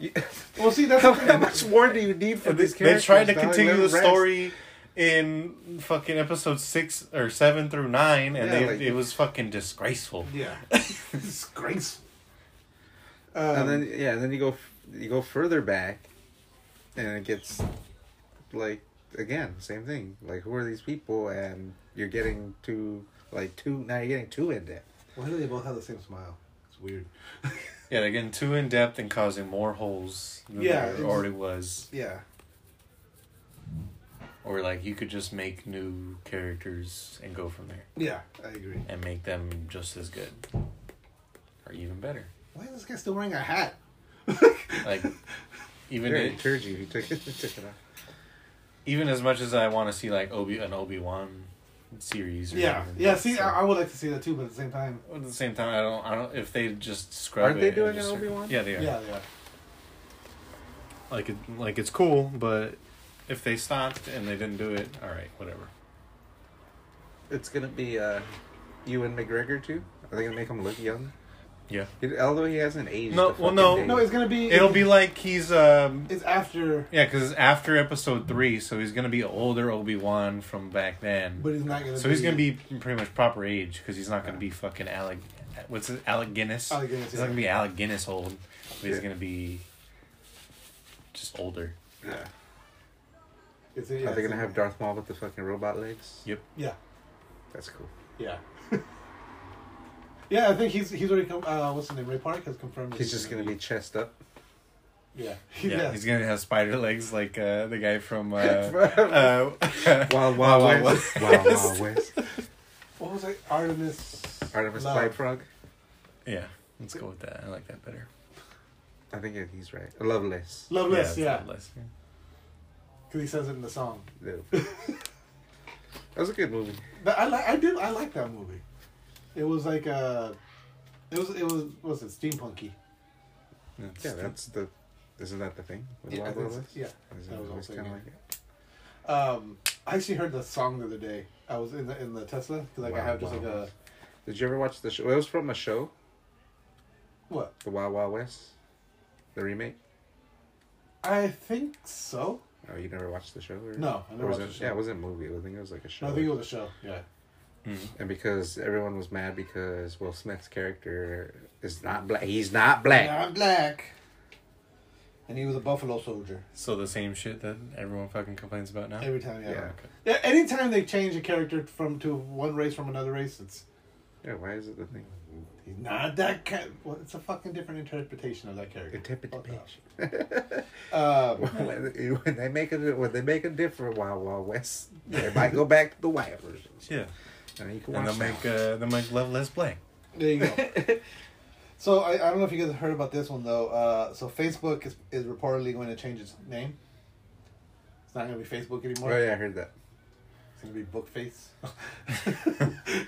[SPEAKER 5] You,
[SPEAKER 6] Well, see that's the
[SPEAKER 5] how
[SPEAKER 6] thing.
[SPEAKER 5] much more do you need for
[SPEAKER 4] they,
[SPEAKER 5] these
[SPEAKER 4] they
[SPEAKER 5] characters?
[SPEAKER 4] tried to
[SPEAKER 5] dog?
[SPEAKER 4] continue
[SPEAKER 5] Let
[SPEAKER 4] the
[SPEAKER 5] them rest.
[SPEAKER 4] story in fucking episode six or seven through nine, and
[SPEAKER 5] Yeah,
[SPEAKER 4] they,
[SPEAKER 5] like-
[SPEAKER 4] it was fucking disgraceful.
[SPEAKER 6] Yeah, disgraceful. Um,
[SPEAKER 5] and then yeah, and then you go f- you go further back, and it gets like again same thing. Like who are these people? And you're getting too like too now. You're getting too in depth.
[SPEAKER 6] why do they both have the same smile? It's weird.
[SPEAKER 4] Yeah, they're getting too in depth and causing more holes than
[SPEAKER 6] Yeah,
[SPEAKER 4] there
[SPEAKER 6] it's-
[SPEAKER 4] already was.
[SPEAKER 6] Yeah.
[SPEAKER 4] or like you could just make new characters and go from there
[SPEAKER 6] Yeah, I agree.
[SPEAKER 4] and make them just as good or even better.
[SPEAKER 6] Why is this guy still wearing a hat?
[SPEAKER 4] Like even
[SPEAKER 5] Very
[SPEAKER 4] it-
[SPEAKER 5] turgy if you took it, took it off.
[SPEAKER 4] even as much as I want to see like Obi an Obi Wan series. Or
[SPEAKER 6] Yeah,
[SPEAKER 4] something,
[SPEAKER 6] yeah. See,
[SPEAKER 4] so-
[SPEAKER 6] I, I would like to see that too, but at the same time,
[SPEAKER 4] But at the same time, I don't. I don't. If they just scrub
[SPEAKER 5] Aren't
[SPEAKER 4] it
[SPEAKER 5] they
[SPEAKER 4] and
[SPEAKER 5] doing
[SPEAKER 4] just-
[SPEAKER 5] an Obi-Wan?
[SPEAKER 4] Yeah, they
[SPEAKER 6] yeah,
[SPEAKER 4] are.
[SPEAKER 6] yeah.
[SPEAKER 4] Like it, like it's cool, but if they stopped and they didn't do it, all right, whatever.
[SPEAKER 5] It's gonna be uh, you and McGregor too. Are they gonna make him look young?
[SPEAKER 4] Yeah.
[SPEAKER 5] He- Although he hasn't aged.
[SPEAKER 4] No,
[SPEAKER 5] a
[SPEAKER 4] well,
[SPEAKER 5] fucking
[SPEAKER 4] no.
[SPEAKER 5] day.
[SPEAKER 6] No, it's gonna be.
[SPEAKER 4] It'll be like he's um
[SPEAKER 6] It's after,
[SPEAKER 4] yeah, because after episode three, so he's gonna be older Obi Wan from back then.
[SPEAKER 6] but he's not gonna.
[SPEAKER 4] So he's gonna be pretty much proper age because he's not gonna be fucking Alec. What's it, Alec Guinness?
[SPEAKER 6] Alec Guinness,
[SPEAKER 4] He's not
[SPEAKER 6] yeah.
[SPEAKER 4] gonna be Alec Guinness old. But he's
[SPEAKER 5] Yeah.
[SPEAKER 4] gonna be just older.
[SPEAKER 5] Yeah.
[SPEAKER 6] It's, yeah,
[SPEAKER 5] Are they
[SPEAKER 6] it's-
[SPEAKER 5] gonna have Darth Maul with the fucking robot legs?
[SPEAKER 4] Yep.
[SPEAKER 6] Yeah,
[SPEAKER 5] That's cool.
[SPEAKER 6] yeah. yeah, I think he's he's already come. Uh, what's his name? Ray Park has confirmed. that
[SPEAKER 5] He's just gonna be chest up.
[SPEAKER 6] Yeah.
[SPEAKER 4] Yeah,
[SPEAKER 6] yeah.
[SPEAKER 4] he's gonna have spider legs like uh, the guy from uh, uh,
[SPEAKER 5] From- Wild Wild
[SPEAKER 4] Wild
[SPEAKER 5] West. Wild Wild West.
[SPEAKER 6] What was it? Artemis.
[SPEAKER 5] Artemis
[SPEAKER 6] Love.
[SPEAKER 5] Pipe Frog.
[SPEAKER 4] yeah. Let's go with that. I like that better.
[SPEAKER 5] I think he's right. Loveless.
[SPEAKER 6] Loveless, yeah.
[SPEAKER 4] it's Loveless, yeah.
[SPEAKER 6] Because he says it in the song.
[SPEAKER 5] No. that was a good movie.
[SPEAKER 6] But I like. I did. I like that movie. It was like a. It was. It was. What was it? Steampunky.
[SPEAKER 4] That's-
[SPEAKER 5] Yeah, that's the. Isn't that the thing? With
[SPEAKER 6] Yeah, I
[SPEAKER 5] Wild
[SPEAKER 6] think
[SPEAKER 5] Wild
[SPEAKER 6] so.
[SPEAKER 5] West?
[SPEAKER 6] yeah.
[SPEAKER 5] Isn't
[SPEAKER 6] That
[SPEAKER 5] it
[SPEAKER 6] was
[SPEAKER 5] always
[SPEAKER 6] also
[SPEAKER 5] kind of
[SPEAKER 6] good.
[SPEAKER 5] like it?
[SPEAKER 6] Um, I actually heard the song the other day. I was in the in the Tesla because like I
[SPEAKER 5] Wow,
[SPEAKER 6] have just
[SPEAKER 5] wow.
[SPEAKER 6] like a
[SPEAKER 5] Did you ever watch the show? It was from a show,
[SPEAKER 6] what?
[SPEAKER 5] The Wild Wild West, the remake.
[SPEAKER 6] I think so.
[SPEAKER 5] Oh, you never watched the show? Or,
[SPEAKER 6] No, I
[SPEAKER 5] or
[SPEAKER 6] never
[SPEAKER 5] was
[SPEAKER 6] watched
[SPEAKER 5] it-
[SPEAKER 6] the show.
[SPEAKER 5] Yeah, it wasn't a movie. I think it was like a show.
[SPEAKER 6] No, I think it was a show. Yeah.
[SPEAKER 5] and because everyone was mad because Will Smith's character is not black. He's not black.
[SPEAKER 6] Now I'm black. And he was a buffalo soldier.
[SPEAKER 4] So the same shit that everyone fucking complains about now.
[SPEAKER 6] Every time, yeah.
[SPEAKER 5] Yeah.
[SPEAKER 6] Yeah, Anytime they change a character from to one race from another race, it's
[SPEAKER 5] Yeah, why is it the thing?
[SPEAKER 6] he's not that kind. Well, it's a fucking different interpretation of that character.
[SPEAKER 5] Interpretation.
[SPEAKER 6] Um,
[SPEAKER 5] when they make it, when they make a different Wild Wild West, they might go back to the white version.
[SPEAKER 4] Yeah.
[SPEAKER 5] And you can
[SPEAKER 4] And
[SPEAKER 5] watch
[SPEAKER 4] they'll make
[SPEAKER 5] that
[SPEAKER 4] uh, they'll make Loveless black.
[SPEAKER 6] There you go. so I, I don't know if you guys heard about this one though. Uh, so Facebook is, is reportedly going to change its name. It's not going to be Facebook
[SPEAKER 5] one.
[SPEAKER 6] anymore.
[SPEAKER 5] Oh yeah, I heard that.
[SPEAKER 6] It's going to be Bookface.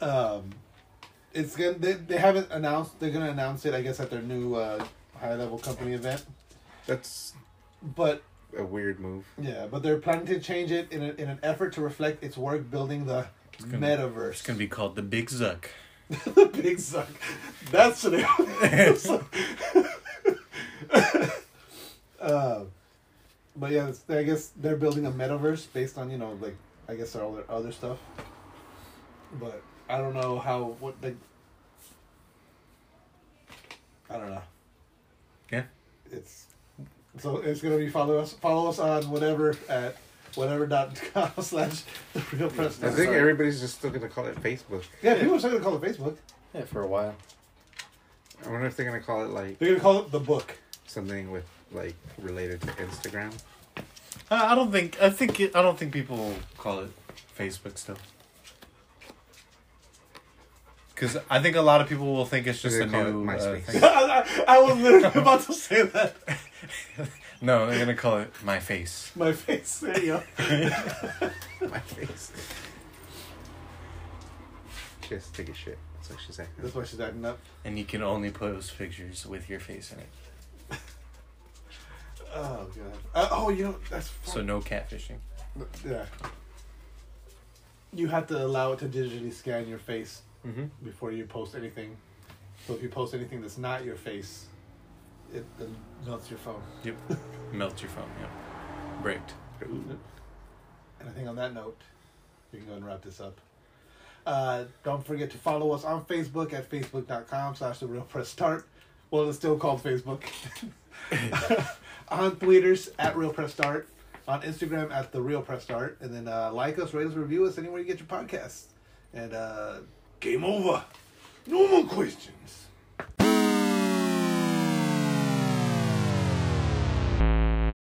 [SPEAKER 6] um, it's going. They, they haven't announced. They're going to announce it. I guess at their new uh, high level company event.
[SPEAKER 5] That's
[SPEAKER 6] But
[SPEAKER 5] a weird move.
[SPEAKER 6] yeah, but they're planning to change it in, a, in an effort to reflect its work building the
[SPEAKER 4] gonna-
[SPEAKER 6] metaverse.
[SPEAKER 4] It's gonna be called the Big Zuck.
[SPEAKER 6] the big suck. That's the name. uh, but yeah, it's- I guess they're building a metaverse based on you know like I guess all their other stuff. But I don't know how what like. I don't know.
[SPEAKER 4] Yeah.
[SPEAKER 6] It's so it's gonna be follow us follow us on whatever at whatever dot com slash the real press.
[SPEAKER 5] I think everybody's just still gonna call it Facebook.
[SPEAKER 6] yeah, people are still gonna call it Facebook.
[SPEAKER 4] Yeah, for a while.
[SPEAKER 5] I wonder if they're gonna call it like
[SPEAKER 6] They're gonna call it the book.
[SPEAKER 5] something with like related to Instagram.
[SPEAKER 4] I, I don't think I think it, I don't think people call it Facebook still. Because I think a lot of people will think it's just
[SPEAKER 5] They're
[SPEAKER 4] a
[SPEAKER 5] gonna call
[SPEAKER 4] new
[SPEAKER 5] it
[SPEAKER 4] uh,
[SPEAKER 5] MySpace.
[SPEAKER 4] thing.
[SPEAKER 6] I, I was literally about to say that.
[SPEAKER 4] No, they're gonna call it my face.
[SPEAKER 6] My face. There you go.
[SPEAKER 5] My face. Just take a shit. That's what she's acting.
[SPEAKER 6] That's why she's acting up.
[SPEAKER 4] And you can only post pictures with your face in it.
[SPEAKER 6] Oh god. Uh, oh, you know that's.
[SPEAKER 4] So
[SPEAKER 6] Fuck.
[SPEAKER 4] no catfishing.
[SPEAKER 6] yeah. You have to allow it to digitally scan your face
[SPEAKER 4] Mm-hmm.
[SPEAKER 6] before you post anything. So if you post anything that's not your face, it, it melts your phone.
[SPEAKER 4] Yep. Melt your phone, yep. Bricked.
[SPEAKER 6] And I think on that note, we can go and wrap this up. Uh, don't forget to follow us on Facebook at facebook.com slash the real press start. Well, it's still called Facebook. on Twitters at real press start. On Instagram at the real press start. And then uh, like us, rate us, review us anywhere you get your podcasts. And uh,
[SPEAKER 3] Game over. No more questions.